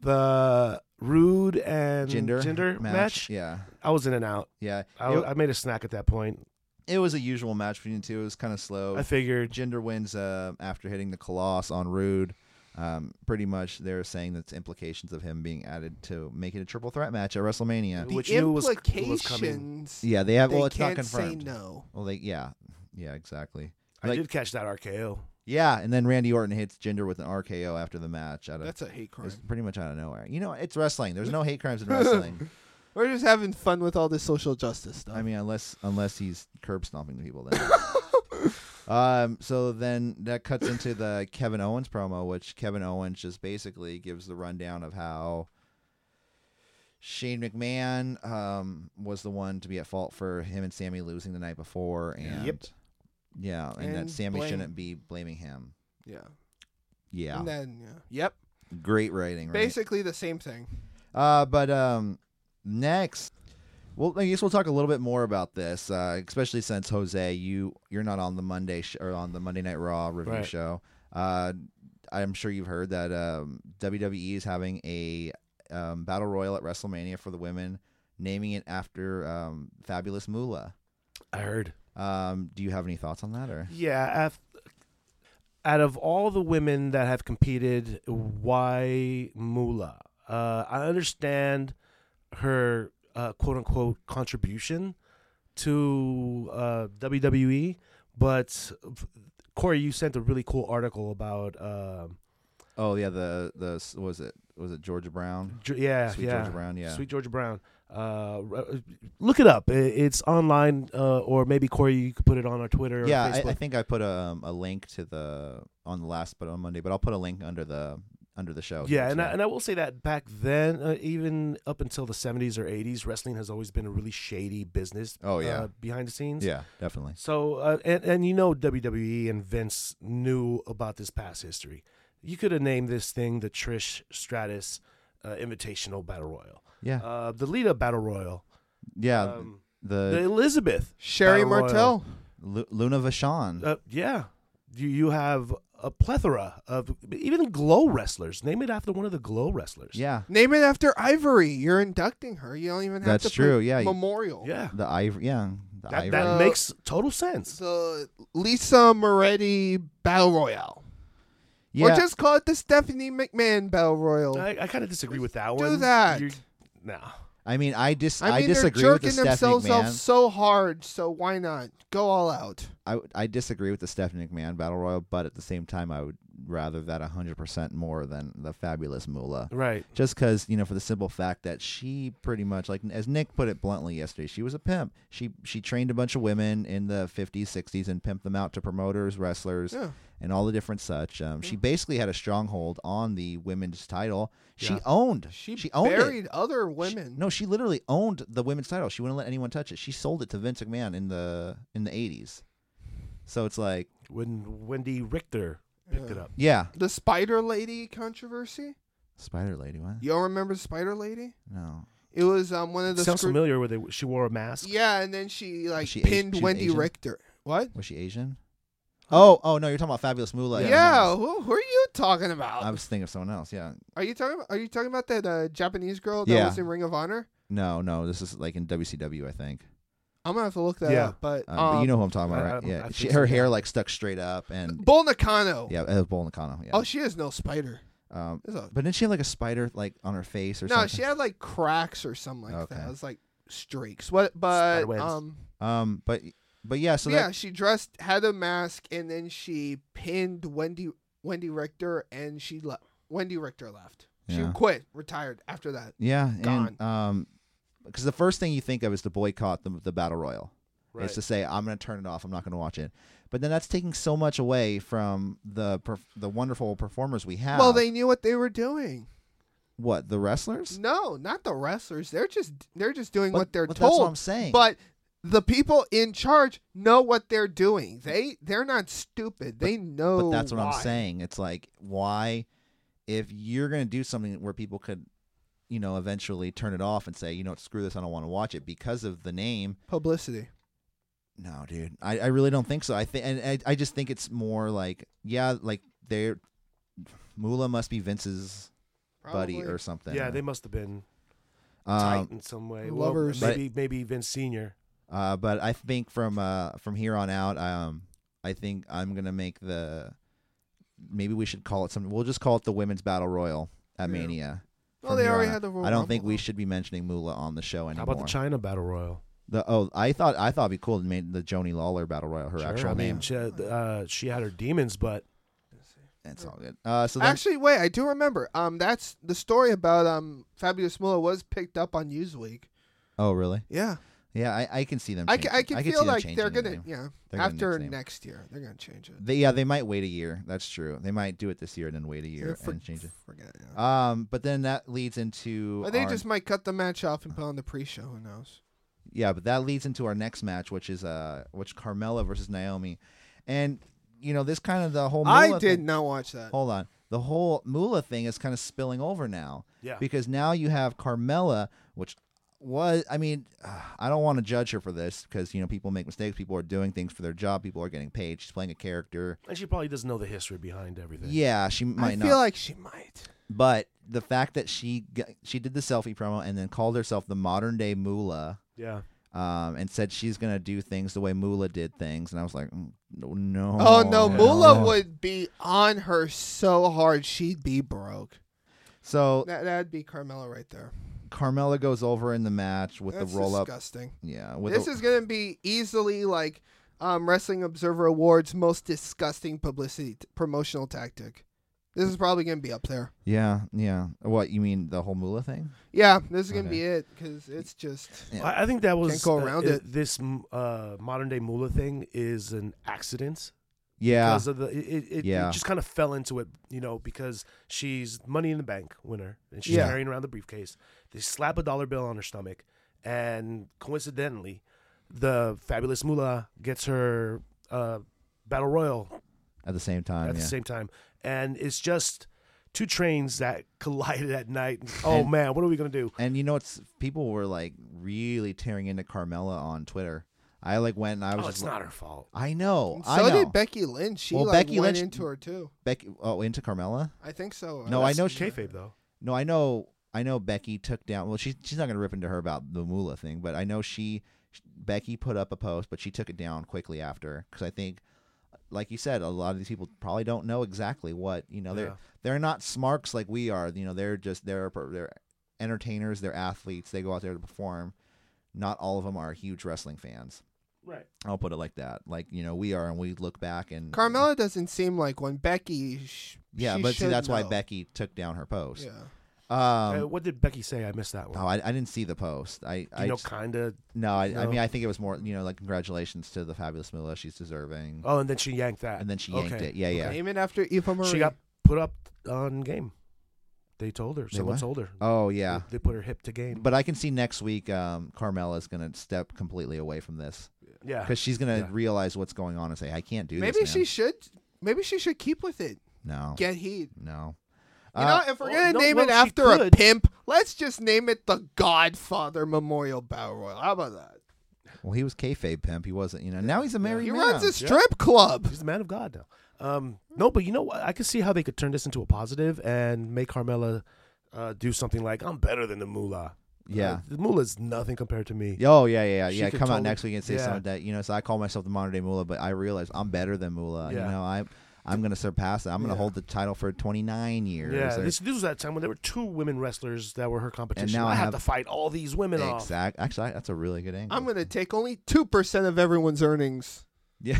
the rude and
Gender,
match.
Yeah,
I was in and out.
yeah.
I,
it,
I made a snack at that point.
it was a usual match between the two. It was kind of slow.
I figured.
Gender wins uh, after hitting the Colossus on Rude. Um, pretty much, they're saying that's implications of him being added to make it a triple threat match at WrestleMania.
The
Which you knew was- was coming.
implications.
Yeah, they have.
They
well, it's not
can't say
confirmed.
no.
Well, they yeah, yeah, exactly.
I
Like-
did catch that RKO.
Yeah, and then Randy Orton hits Gender with an RKO after the match. Out of
That's a hate crime.
It's pretty much out of nowhere. You know, it's wrestling. There's no hate crimes in wrestling.
We're just having fun with all this social justice stuff.
I mean, unless unless he's curb stomping the people then. um, so then that cuts into the Kevin Owens promo, which Kevin Owens just basically gives the rundown of how Shane McMahon um, was the one to be at fault for him and Sammy losing the night before, and
Yep.
yeah, and, that
And
Sammy
blame.
shouldn't be blaming him.
yeah.
Yeah,
And then yeah. Yep.
great writing. Right?
Basically the same thing.
Uh, but um, next, well, I guess we'll talk a little bit more about this, uh, especially since Jose, you you're not on the Monday sh- or on the Monday Night Raw review
Right.
show. Uh, I'm sure you've heard that um, WWE is having a um, battle royal at WrestleMania for the women, naming it after um, Fabulous Moolah.
I heard.
Um, do you have any thoughts on that, or
Yeah. Af- out of all the women that have competed, why Mula? Uh, I understand her uh, quote unquote contribution to uh, WWE, but Corey, you sent a really cool article about. um
oh yeah, the the what was it was it Georgia Brown?
Ge- yeah,
Sweet
yeah.
Georgia Brown, yeah.
Sweet Georgia Brown. Uh, r- look it up. I- It's online, uh, or maybe Corey, you could put it on our Twitter. Or
yeah, I,
Facebook.
I think I put a, um, a link to the on the last, but on Monday. But I'll put a link under the under the show.
yeah,
here,
and I,
so.
and I will say that back then, uh, even up until the '70s or '80s, wrestling has always been a really shady business.
Oh, yeah.
uh, behind the scenes.
yeah, definitely.
So uh, and and you know WWE and Vince knew about this past history. You could have named this thing the Trish Stratus uh, Invitational Battle Royal,
Yeah,
uh, the Lita Battle Royal,
yeah.
um, the
the
Elizabeth.
Sherry
Battle Royal.
Martel.
Lu- Luna Vachon.
Uh, yeah, you you have a plethora of even Glow wrestlers. Name it after one of the Glow wrestlers.
yeah,
Name it after Ivory. You're inducting her. You don't even have
That's
to put
true, yeah.
Memorial.
yeah,
the ivory. Yeah, the
that,
ivory.
that
Uh,
makes total sense.
So Lisa Moretti Battle Royale.
yeah,
Or just call it the Stephanie McMahon Battle Royal.
I, I kind of disagree with that
Do
one.
that.
You're- nah.
I mean, I dis-
I
I,
mean, they're
disagree with the
jerking
Stephanie
themselves off
McMahon.
so hard, so why not go all out?
I, I disagree with the Stephanie McMahon battle royal, but at the same time, I would rather that hundred percent more than the fabulous Moolah.
Right.
Just because you know, for the simple fact that she pretty much, like as Nick put it bluntly yesterday, she was a pimp. She she trained a bunch of women in the fifties, sixties, and pimped them out to promoters, wrestlers,
Yeah.
and all the different such. Um, She basically had a stronghold on the women's title. She
Yeah.
owned.
She,
owned it.
buried other women.
She- no, she literally owned the women's title. She wouldn't let anyone touch it. She sold it to Vince McMahon in the in the eighties. So it's like,
When Wendy Richter picked it up.
yeah,
The Spider Lady controversy.
Spider Lady. What?
You all remember the Spider Lady?
No,
It was um one of the
Sounds
screw-
familiar. Where they she wore a mask.
Yeah, and then she like
she Asi-
pinned
she's
Wendy
Asian?
Richter. What?
was she Asian? Oh, oh no, you're talking about Fabulous Moolah.
Yeah,
no,
who, who are you talking about?
um, I was thinking of someone else. Yeah,
are you talking about, are you talking about that uh, Japanese girl that
Yeah.
was in Ring of Honor?
no, no. This is like in WCW, I think.
I'm gonna have to look that
Yeah.
up, but
Um,
um,
but you know who I'm talking about,
I-
right?
I-
yeah,
I
she,
think
her
so,
hair
yeah.
like stuck straight up, and
Bull Nakano.
yeah, it was Bull Nakano. Yeah.
Oh, she is no spider.
um,
It's a-
but didn't she have like a spider like on her face or
no,
something?
she had like cracks or something like
Okay.
that. It was like streaks. What? But
Spider webs.
um,
Um, but but yeah, so
yeah,
that
she dressed had a mask and then she pinned Wendy Wendy Richter and she left. Wendy Richter left.
Yeah.
She quit, retired after that.
Yeah, and
Gone.
um, because the first thing you think of is to boycott the the battle royal. It's to say I'm going to turn it off. I'm not going to watch it. But then that's taking so much away from the perf- the wonderful performers we have.
Well, they knew what they were doing.
what the wrestlers?
No, not the wrestlers. They're just they're just doing
But-
what they're
but that's
told.
what I'm saying.
But the people in charge know what they're doing. They they're not stupid. they know.
but that's what I'm
Oh, why.
saying. It's like why, if you're going to do something where people could, you know, eventually turn it off and say, you know, what, screw this, I don't want to watch it because of the name.
Publicity.
No, dude, I, I really don't think so. I think, and I, I just think it's more like, yeah, like they're Moolah must be Vince's buddy
Probably.
or something.
Yeah, they must have been tight
Um,
in some way.
lovers.
Well,
But-
maybe maybe Vince Senior.
uh, but I think from uh from here on out, um, I think I'm gonna make the maybe we should call it something. We'll just call it the Women's Battle Royal at
Yeah.
Mania.
Well,
from
they
here
already
on
had the
out.
Royal
I don't think
Rumble,
we
though.
should be mentioning Moolah on the show
How
anymore.
about the China Battle Royal?
The- oh, I thought I thought it'd be cool to make the Joni Lawler Battle Royal her
Sure,
actual
I mean,
name.
She had, uh, she had her demons, but
It's all good. Uh, so then,
Actually, wait, I do remember. Um, that's the story about um Fabulous Moolah was picked up on Newsweek.
oh really?
Yeah,
Yeah, I, I can see them.
I
changing-
can, I can
can
feel
see them
like they're
changing the
gonna
name.
yeah
They're gonna
after
name.
next year they're gonna change it.
They, yeah, they might wait a year. That's true. They might do it this year and then wait a year
They're for-
and change it.
Forget it. Yeah.
Um, but then that leads into
Or they
our-
just might cut the match off and put on the pre-show. Who knows?
yeah, but that leads into our next match, which is uh, which Carmella versus Naomi, and you know this kind of the whole
I
Moolah
did
thing-
not watch that.
Hold on, the whole Moolah thing is kind of spilling over now.
Yeah.
because now you have Carmella, which was I mean, I don't want to judge her for this because you know people make mistakes, people are doing things for their job, people are getting paid. She's playing a character.
and she probably doesn't know the history behind everything.
Yeah, she might
I
not.
feel like she might.
But the fact that she g- she did the selfie promo and then called herself the modern day Moolah,
yeah.
um, and said she's gonna do things the way Moolah did things, and I was like, mm, no, no.
Oh, no, Moolah would be on her so hard she'd be broke.
So
That that'd be Carmella right there.
Carmella goes over in the match with
That's
the roll up.
disgusting.
Yeah, with
this
the-
is gonna be easily like um, Wrestling Observer Awards most disgusting publicity t- promotional tactic. This is probably gonna be up there.
Yeah, yeah. What you mean the whole Moolah thing?
Yeah, this is gonna
Okay.
be it because it's just
Yeah.
I I think that was
go around
uh,
it.
This m- uh, modern day Mula thing is an accident
Yeah,
because of the it, it, it
Yeah.
just kind of fell into it, you know, because she's Money in the Bank winner and she's
Yeah.
carrying around the briefcase. They slap a dollar bill on her stomach, and coincidentally, the fabulous Mula gets her uh, battle royal
at the same time. Oh,
at
yeah.
the same time, and it's just two trains that collided at night. And, oh
And-
man, what are we gonna do?
and you know, it's people were like really tearing into Carmela on Twitter. I like went and I was
Oh,
just
it's
like-
not her fault.
I know.
So
I know.
did Becky Lynch. She
Well,
like
Becky
went
Lynch-
into her too.
Becky. Oh, into Carmela.
I think so. Uh,
No, I
That's-
know
It's
she.
kayfabe though.
No, I know. I know Becky took down. Well, she's she's not gonna rip into her about the Moolah thing, but I know she. Becky put up a post, but she took it down quickly after because I think, like you said, a lot of these people probably don't know exactly what you know. They're
Yeah.
they're not smarks like we are. You know, they're just they're they're entertainers. They're athletes. They go out there to perform. Not all of them are huge wrestling fans.
Right.
I'll put it like that. Like you know, we are, and we look back and
Carmella doesn't seem like one. Becky. Sh-
Yeah,
she
but see,
should
that's why
know.
Becky took down her post.
Yeah.
Um,
Uh, what did Becky say? I missed that one.
Oh, I, I didn't see the post. I,
you
I
know,
just-
kind of.
no, I, I
no.
mean, I think it was more, you know, like congratulations to the fabulous Mula. She's deserving.
Oh, and then she yanked that.
And then she yanked
Okay.
it. Yeah, yeah.
Name it after Eva Marie.
She got put up on game. They told her. Someone
what?
told her.
Oh, yeah.
They, they put her hip to game.
But I can see next week, um, Carmella's gonna step completely away from this
Yeah.
because she's gonna
Yeah.
realize what's going on and say, "I can't do
Maybe
this."
she
man."
should. Maybe she should keep with it.
no,
Get heat.
no.
You
Uh,
know, if we're
well,
gonna
no,
name
well,
it
she
after a
could.
pimp, let's just name it the Godfather Memorial Battle Royal. How about that?
well, he was kayfabe pimp. He wasn't, you know. Now he's a married
He
man.
runs a strip club.
She's the man of God now. Um, no, but you know what? I could see how they could turn this into a positive and make Carmella uh, do something like, I'm better than the mullah.
Yeah.
Uh, the mullah's nothing compared to me.
Oh yeah, yeah, yeah.
She
yeah.
could
Come out
totally-
next week and say
yeah.
something that you know. So I call myself the modern day Moolah, but I realize I'm better than Moolah. You
Yeah.
know, I I'm gonna surpass it. I'm gonna
Yeah.
hold the title for 29 years.
Yeah,
or-
this, this was that time when there were two women wrestlers that were her competition.
now
I,
I
had
have-
to fight all these women off.
exact. Actually, I- that's a really good angle.
I'm gonna take only two percent of everyone's earnings.
yeah.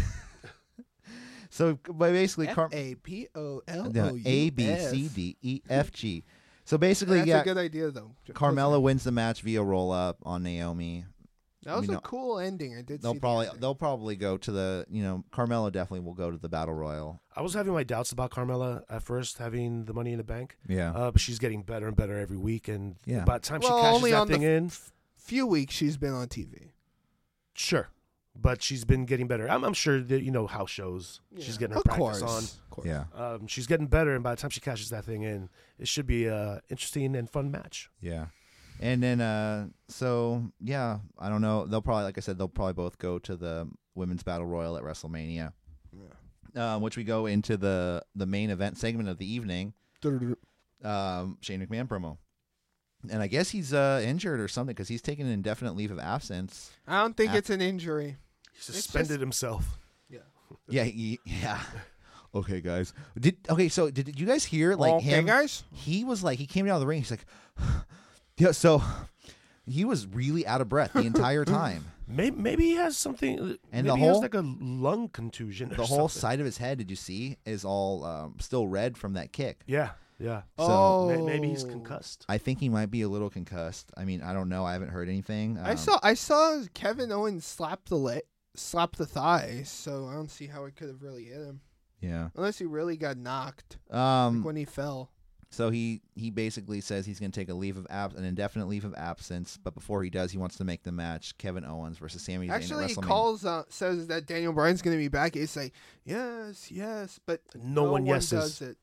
so, but basically, Car-
A P O L
no, A B C D E F G. So basically,
Oh, That's
yeah,
a good idea though.
Carmella wins the match via roll up on Naomi.
That was
mean,
a cool ending. I did.
They'll
see the
probably
ending.
they'll probably go to the you know Carmella definitely will go to the battle royal.
I was having my doubts about Carmella at first, having the money in the bank.
Yeah.
Uh, but she's getting better and better every week. And
Yeah.
by the time
Well,
she cashes
only
that
on the
thing in,
few weeks she's been on TV.
sure. But she's been getting better. I'm, I'm sure that, you know, house shows. She's
Yeah.
getting her
of
practice
course. Of course.
yeah.
on. Um, she's getting better. And by the time she cashes that thing in, it should be an interesting and fun match.
Yeah. And then uh so yeah, I don't know. They'll probably like I said, they'll probably both go to the women's battle royal at WrestleMania. Um, which we go into the the main event segment of the evening. Um, Shane McMahon promo. And I guess he's uh injured or something because he's taking an indefinite leave of absence.
I don't think
Ah.
it's an injury.
He suspended himself.
Yeah, he, yeah. Okay, guys. Did okay? So did, did you guys hear like
okay,
him?
guys.
he was like he came down the ring he's like yeah so he was really out of breath the entire time
Maybe, maybe he has something. uh,
And
maybe
the
he has
whole-
like a lung contusion. Or
the whole
something.
side of his head did you see is all um, still red from that kick
Yeah, yeah.
so
oh,
May- Maybe he's concussed.
i think he might be a little concussed i mean i don't know i haven't heard anything
I
Um,
saw I saw Kevin Owens slap the leg, slap the thigh. So I don't see how it could have really hit him
yeah
unless he really got knocked like
um
when he fell.
so he he basically says he's going to take a leave of abs an indefinite leave of absence but before he does he wants to make the match kevin owens versus sammy Zayn at
Actually, he
WrestleMania.
calls uh, says that Daniel Bryan's gonna be back. He's like, yes, yes, but
No one yeses.
does it.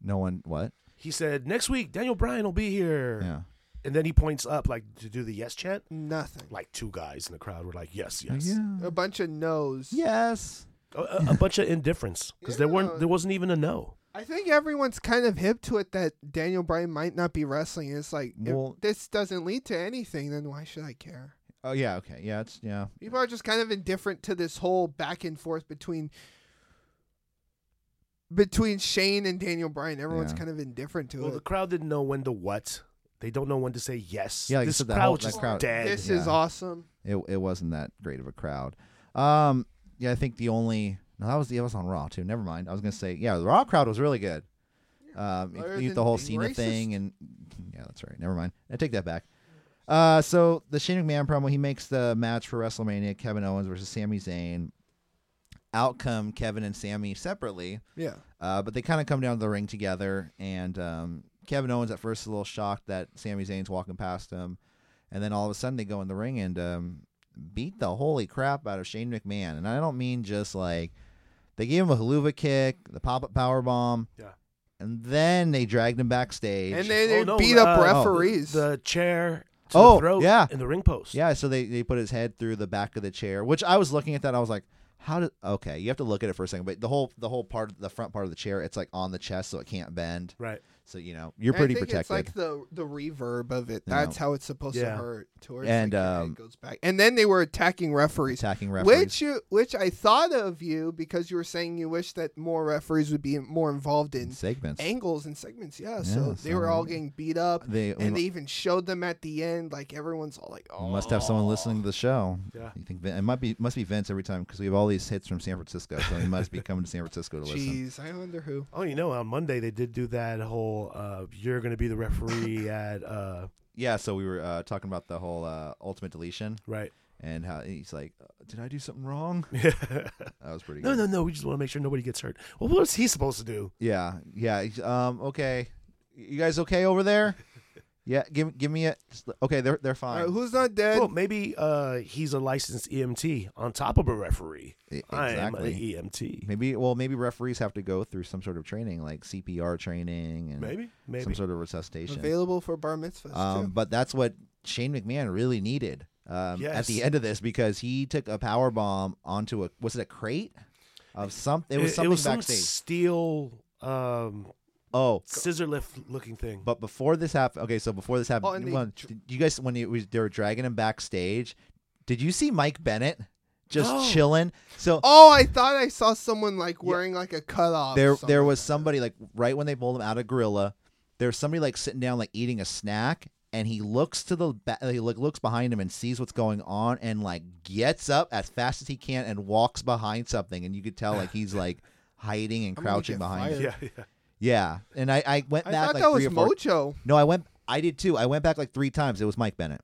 no one what
He said next week Daniel Bryan will be here,
yeah
and then he points up like to do the yes chant.
Nothing.
Like two guys in the crowd were like yes, yes,
A bunch of no's.
yes
a, a- a bunch of indifference because there
Yeah.
weren't there wasn't even a no.
I think everyone's kind of hip to it that Daniel Bryan might not be wrestling. It's like
Well-
if this doesn't lead to anything, then why should I care?
oh yeah okay yeah it's yeah
People are just kind of indifferent to this whole back and forth between between Shane and Daniel Bryan. Everyone's
Yeah.
kind of indifferent to
Well, the
it.
crowd didn't know when to what. They don't know when to say yes.
Yeah, like you
this
said, that
crowd
whole-
was
that
just
crowd-
dead.
This
Yeah.
is awesome.
it, it wasn't that great of a crowd. Um, yeah, I think the only no, that was the that was on Raw too. Never mind. I was gonna say yeah, the Raw crowd was really good. um,
Other
include
than
the whole
being
Cena
racist.
thing, and yeah, that's right. Never mind. I take that back. Uh, so the Shane McMahon promo, he makes the match for WrestleMania: Kevin Owens versus Sami Zayn. Out come Kevin and Sammy separately,
Yeah.
uh, but they kind of come down to the ring together, and um, Kevin Owens at first is a little shocked that Sami Zayn's walking past him, and then all of a sudden they go in the ring and um, beat the holy crap out of Shane McMahon, and I don't mean just like they gave him a haluva kick, the pop up power bomb,
Yeah.
and then they dragged him backstage,
And they,
Oh,
they
no,
beat up
uh,
referees.
The chair to
Oh,
the throat
yeah.
in the ring post.
yeah, so they they put his head through the back of the chair, which I was looking at that, I was like. How did okay? You have to look at it for a second, but the whole the whole part the front part of the chair, it's like on the chest, so it can't bend.
Right.
So you know you're
I
pretty
think
protected.
It's like the the reverb of it.
No.
That's how it's supposed to
Yeah.
hurt. Towards
And,
the camera, it
um,
goes back. And then they were attacking referees.
attacking referees.
Which you, which I thought of you because you were saying you wish that more referees would be more involved in
segments.
angles and segments. Yeah,
Yeah,
so they
so-
were all getting beat up,
They- we
and
mu-
they even showed them at the end. Like everyone's all like, "Oh,
We must have someone listening to the show.
Yeah.
You think Vin- it might be must be Vince every time because we have all these hits from San Francisco, so he must be coming to San Francisco to listen.
Jeez, I wonder who.
Oh, you know, on Monday they did do that whole uh, "you're going to be the referee" at uh,
Yeah, so we were uh, talking about the whole uh, ultimate deletion
right.
and how he's like, uh, "Did I do something wrong?" That was pretty.
no,
good.
no, no. We just want to make sure nobody gets hurt. Well, what was he supposed to do?
Yeah, yeah. he's, Um, okay, you guys okay over there? Yeah, give give me a. just l- Okay, they're they're
All
fine.
right, who's not dead?
Well, maybe uh, he's a licensed EMT on top of a referee.
E-
I am an EMT.
Maybe well, maybe referees have to go through some sort of training, like CPR training and
Maybe, maybe.
some sort of resuscitation.
Available for bar mitzvahs
Um,
too.
but that's what Shane McMahon really needed um, at the
Yes.
end of this because he took a power bomb onto a was it a crate of something? It was something
some
backstage.
steel um,
oh,
scissor lift looking thing.
but before this happened, okay, so before this happened,
Oh, and
you-
they
well,
dr-
did you guys when it was they were dragging him backstage, did you see Mike Bennett just
No.
chilling? So
oh, I thought I saw someone like wearing like a cutoff.
there
somewhere.
there was somebody like right when they pulled him out of gorilla there was somebody like sitting down like eating a snack and he looks to the ba- he like looks behind him and sees what's going on and like gets up as fast as he can and walks behind something and you could tell like he's like hiding and
I'm gonna
crouching
get
behind it.
fired.
yeah, yeah.
yeah and i i went
I
back
thought
like
that
three
was
or four
Mojo.
no i went i did too i went back like three times it was mike bennett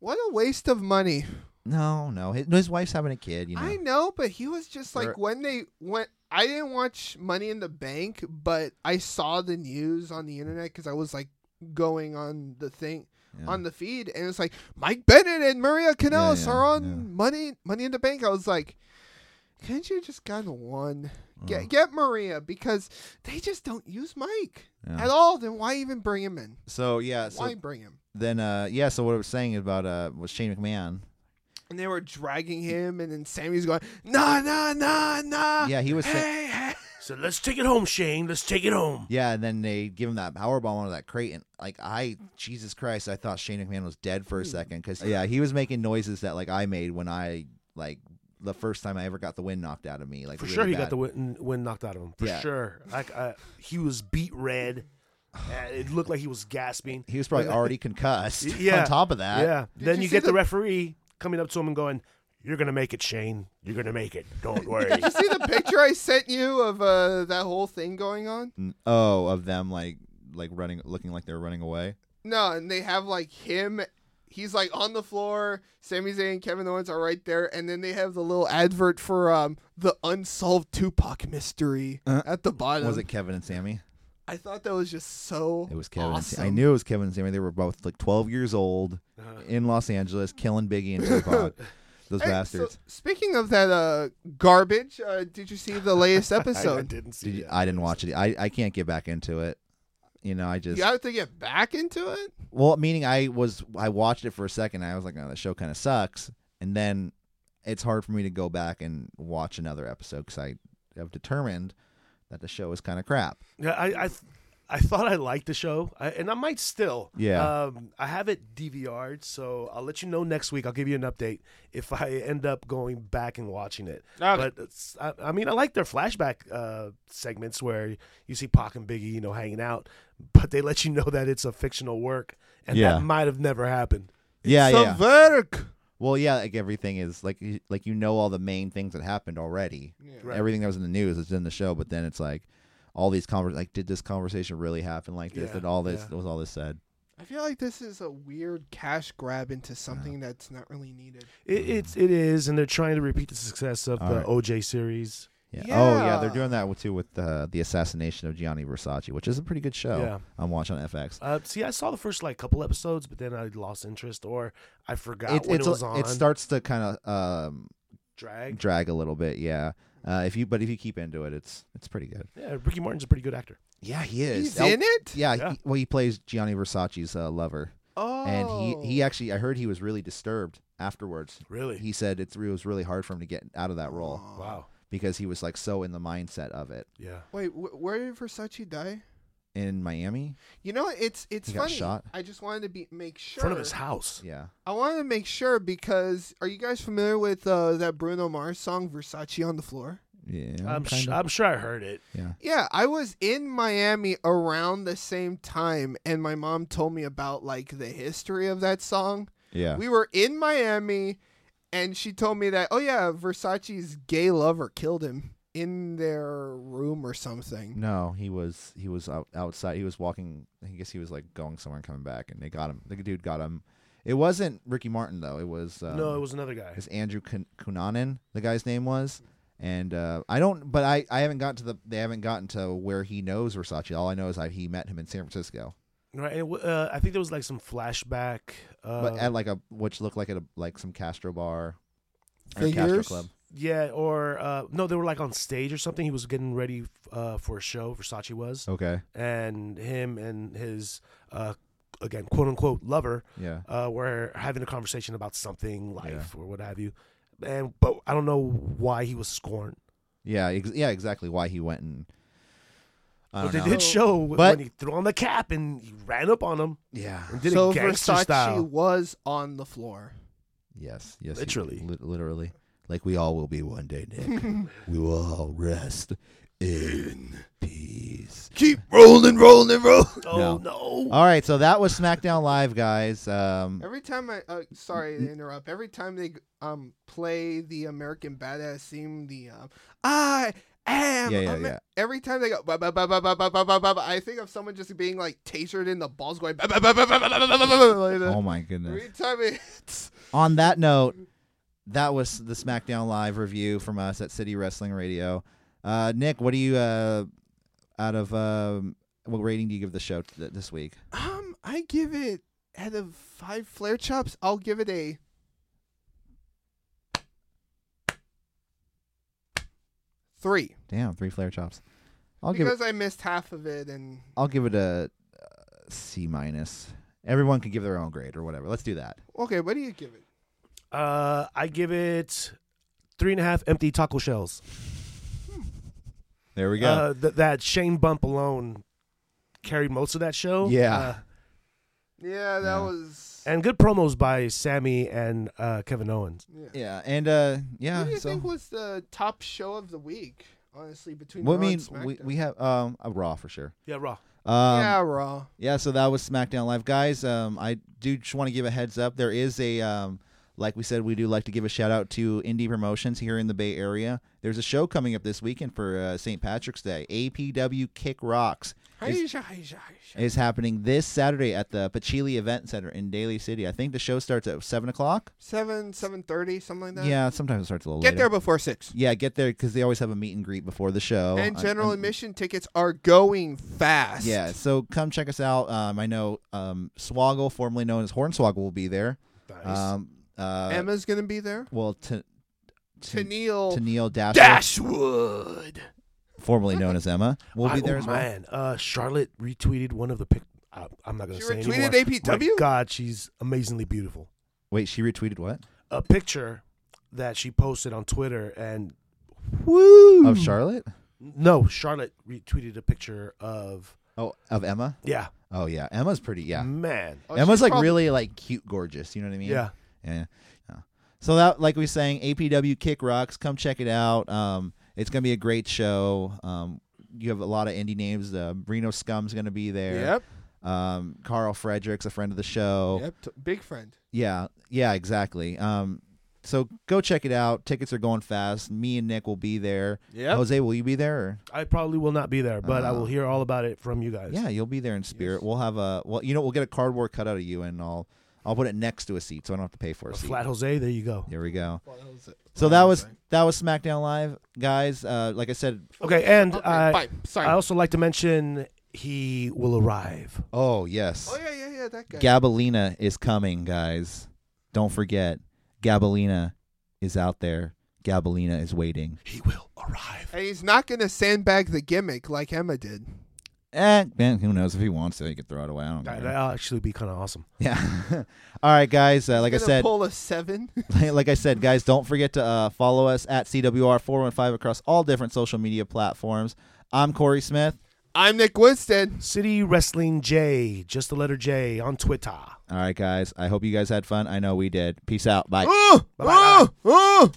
What a waste of money.
no no his, no, his wife's having a kid you know
I know, but he was just like
They're-
when they went. I didn't watch Money in the Bank, but I saw the news on the internet because I was like going on the thing
Yeah.
on the feed, and it's like Mike Bennett and Maria Canales
yeah,
are on
yeah.
Money Money in the Bank. I was like, can't you just gotten one? Get
Uh-huh.
get Maria because they just don't use Mike
Yeah.
at all. Then why even bring him in?
so yeah so
why bring him?
then uh yeah so what i was saying about uh was shane mcmahon
And they were dragging him, and then Sammy's going, nah, nah, nah, nah.
yeah he was saying
Hey, hey.
So let's take it home, Shane. Let's take it home.
Yeah, and then they give him that power bomb onto that crate, and like I, Jesus Christ, I thought Shane McMahon was dead
Hmm.
for a second because yeah, he was making noises that like I made when I like the first time I ever got the wind knocked out of me. Like
For
really
sure, he
bad.
got the wind, wind knocked out of him. For
Yeah.
sure, like uh, he was beat red. and it looked like he was gasping.
He was probably already concussed.
Yeah.
On top of that,
yeah. then
you
you
see
get the
the-
referee coming up to him and going, "You're gonna make it, Shane. You're gonna make it. Don't worry."
you see the picture I sent you of uh, that whole thing going on?
N- Oh, of them like like running, looking like they're running away.
No, and they have like him. He's like on the floor. Sami Zayn and Kevin Owens are right there, and then they have the little advert for um the unsolved Tupac mystery
Uh,
at the bottom.
Um,
Was it Kevin and Sammy?
I thought that was just so.
It was Kevin. and Sa-
Awesome.
I knew it was Kevin and Sammy. They were both like 12 years old
Uh-huh.
in Los Angeles, killing Biggie and Tupac. Those
Hey, so
bastards.
speaking of that uh garbage, uh, did you see the latest
I, I
episode?
didn't see.
Did you,
that.
I didn't watch it. I, I can't get back into it. You know, I just
you have to get back into it.
well, meaning I was I watched it for a second. And I was like, oh, the show kind of sucks, and then it's hard for me to go back and watch another episode because I have determined that the show is kind of crap.
Yeah, I, I, th- I thought I liked the show, I, and I might still.
Yeah.
Um, I have it DVR'd, so I'll let you know next week. I'll give you an update if I end up going back and watching it. But it's, I, I mean, I like their flashback uh, segments where you see Pac and Biggie, you know, hanging out, but they let you know that it's a fictional work, and
Yeah.
that might have never happened.
Yeah,
Some
yeah.
work.
Well, yeah, like everything is like you- like you know all the main things that happened already.
Yeah.
Right.
Everything that was in the news is in the show, but then it's like, all these convers like did this conversation really happen like this?
Yeah,
Did all this
yeah.
was all this said?
I feel like this is a weird cash grab into something
Uh.
that's not really needed.
Mm.
It, it's it is, and they're trying to repeat the success of
All
the
right.
OJ series.
Yeah. Oh yeah, they're
Yeah.
doing that with- too with uh, the assassination of Gianni Versace, which is a pretty good show.
Yeah.
I'm watching on FX.
Uh, see, I saw the first like couple episodes, but then I lost interest or I forgot
It,
when
it's
it was
a-
on.
it starts to kind of um,
drag.
drag a little bit, yeah. Uh, if you but if you keep into it, it's it's pretty good.
Yeah, Ricky Martin's a pretty good actor.
Yeah, he is.
He's in it.
Yeah,
Yeah.
He, well, he plays Gianni Versace's uh, lover,
Oh,
and he he actually I heard he was really disturbed afterwards.
Really?
He uh, said it's, it was really hard for him to get out of that role
wow.
because he was like so in the mindset of it
Yeah.
Oh. Wait, wh- where did Versace die?
in Miami.
You know, it's it's
He got
funny.
shot.
I just wanted to be make sure.
In front of his house.
Yeah,
I wanted to make sure because are you guys familiar with uh, that Bruno Mars song "Versace on the Floor"?
yeah.
I'm,
kinda.
sh- I'm sure I heard it.
yeah.
Yeah, I was in Miami around the same time, and my mom told me about like the history of that song.
Yeah.
We were in Miami, and she told me that oh yeah, Versace's gay lover killed him in their room or something.
No, he was he was out, outside. He was walking. I guess he was like going somewhere and coming back, and they got him. The dude got him. It wasn't Ricky Martin though. It was um,
no, it was another guy.
It's Andrew Kun- Cunanan, the guy's name was. And uh, I don't, but I, I haven't gotten to the, they haven't gotten to where he knows Versace. All I know is I, he met him in San Francisco,
Right. and it w- uh, I think there was like some flashback. Uh,
but at like a, which looked like at a, like some Castro bar or Castro
Figures?
club.
yeah, or uh, no, they were like on stage or something. He was getting ready uh, for a show. Versace was,
Okay.
and him and his uh, again quote unquote lover
Yeah.
uh, were having a conversation about something, life
Yeah.
or what have you. And but I don't know why he was scorned.
Yeah. Ex- yeah. Exactly. Why he went and. I
But
don't
they
know.
did show
But-
when he threw on the cap and he ran up on him
Yeah.
and did
so
it gangster
Versace
style.
was on the floor.
Yes. Yes. he-
Literally.
lit- literally. Like we all will be one day, Nick. we will all rest in peace.
Keep rolling, rolling, rolling.
Oh no!
All right, so that was SmackDown Live, guys. Um,
Every time I, uh, sorry
Mm-hmm.
to interrupt. Every time they um play the American Badass theme, the um, I am.
Yeah, yeah,
Amer-"
yeah.
Every time they go, ba ba ba ba ba ba ba ba ba, ba, I think of someone just being like tasered in the balls, going. Ba, ba, ba, ba, ba, ba, ba, ba, ba, ba, ba, like that.
oh my
Every
goodness.
time it hits.
On that note, that was the SmackDown Live review from us at City Wrestling Radio. Uh, Nick, what do you uh, out of um, what rating do you give the show th- this week?
Um, I give it out of five flare chops. I'll give it a. Three,
Damn, three flare chops. I'll give it.
because I missed half of it, and
I'll give it a uh, C minus. Everyone can give their own grade or whatever. Let's do that.
okay, what do you give it?
Uh, I give it three and a half empty taco shells.
There we go.
Uh, th- that Shane bump alone carried most of that show.
Yeah.
Uh,
Yeah, that
Yeah.
was.
and good promos by Sammy and uh, Kevin Owens.
yeah.
yeah, and uh, yeah.
what do you
so
think was the top show of the week? Honestly, between
well, I
Raw
mean,
and
we,
SmackDown?
we have um a Raw for sure.
Yeah, Raw.
Um,
yeah Raw.
Yeah, so that was SmackDown Live, guys. Um, I do just want to give a heads up. There is a um, like we said, we do like to give a shout out to indie promotions here in the Bay Area. There's a show coming up this weekend for uh, St. Patrick's Day. APW Kick Rocks is,
Hi-sha, hi-sha, hi-sha.
is happening this Saturday at the Pachili Event Center in Daly City. I think the show starts at seven o'clock.
Seven, seven thirty, something like that.
Yeah, sometimes it starts a little
Get
later.
there before six.
Yeah, get there because they always have a meet and greet before the show.
and
I-
general
I'm-
admission tickets are going fast.
Yeah, so come check us out. Um, I know um, Swoggle, formerly known as Hornswoggle, will be there.
Nice.
Um, uh,
Emma's gonna be there.
well, to to,
Tennille
to Neil Dash,
Dashwood.
formerly known as Emma, will
I-
be there
oh,
as well.
Man, uh, Charlotte retweeted one of the pic. I, I'm not gonna
She
say
retweeted
anymore.
APW?
My God, she's amazingly beautiful.
Wait, she retweeted what
A picture that she posted on Twitter and woo
of Charlotte?
No, Charlotte retweeted a picture of
Oh, of Emma?
yeah,
Oh yeah, Emma's pretty.
Mm.
Yeah,
man,
Oh,
Emma's
she's
like
probably-
really like cute, gorgeous. You know what I mean?
yeah.
Yeah. Yeah. So that, like we were saying, APW Kick Rocks. Come check it out. Um, it's gonna be a great show. Um, you have a lot of indie names. Uh, Reno Scum's gonna be there.
Yep.
Um, Oh. Carl Fredericks, a friend of the show.
Yep. t- big friend.
Yeah. Yeah. Exactly. Um, So go check it out. Tickets are going fast. Me and Nick will be there.
Yep.
Jose, will you be there? Or?
I probably will not be there, but I will hear all about it from you guys.
Yeah, you'll be there in spirit. We'll have a well, you know, we'll get a cardboard cutout of you, and I'll I'll put it next to a seat, so I don't have to pay for a seat.
Flat Jose, there you go.
Here we go. So that was that was SmackDown Live, guys. Uh, like I said,
Okay, and
Okay,
I,
fine. Sorry.
Uh, I also like to mention he will arrive.
oh yes,
oh yeah, yeah, yeah. That guy.
Gabalina is coming, guys. Don't forget, Gabalina is out there. Gabalina is waiting.
He will arrive.
and he's not gonna sandbag the gimmick like Emma did.
Eh, man, who knows if he wants to? He could throw it away. I don't
That-
care.
That'll actually be kind of awesome.
Yeah. All right, guys. Uh, like I
Gonna
said,
pull a seven.
like I said, guys, don't forget to uh, follow us at CWR415 across all different social media platforms. I'm Corey Smith.
I'm Nick Winston.
City Wrestling J, just the letter J on Twitter.
All right, guys. I hope you guys had fun. I know we did. Peace out. Bye.
Oh, oh, oh.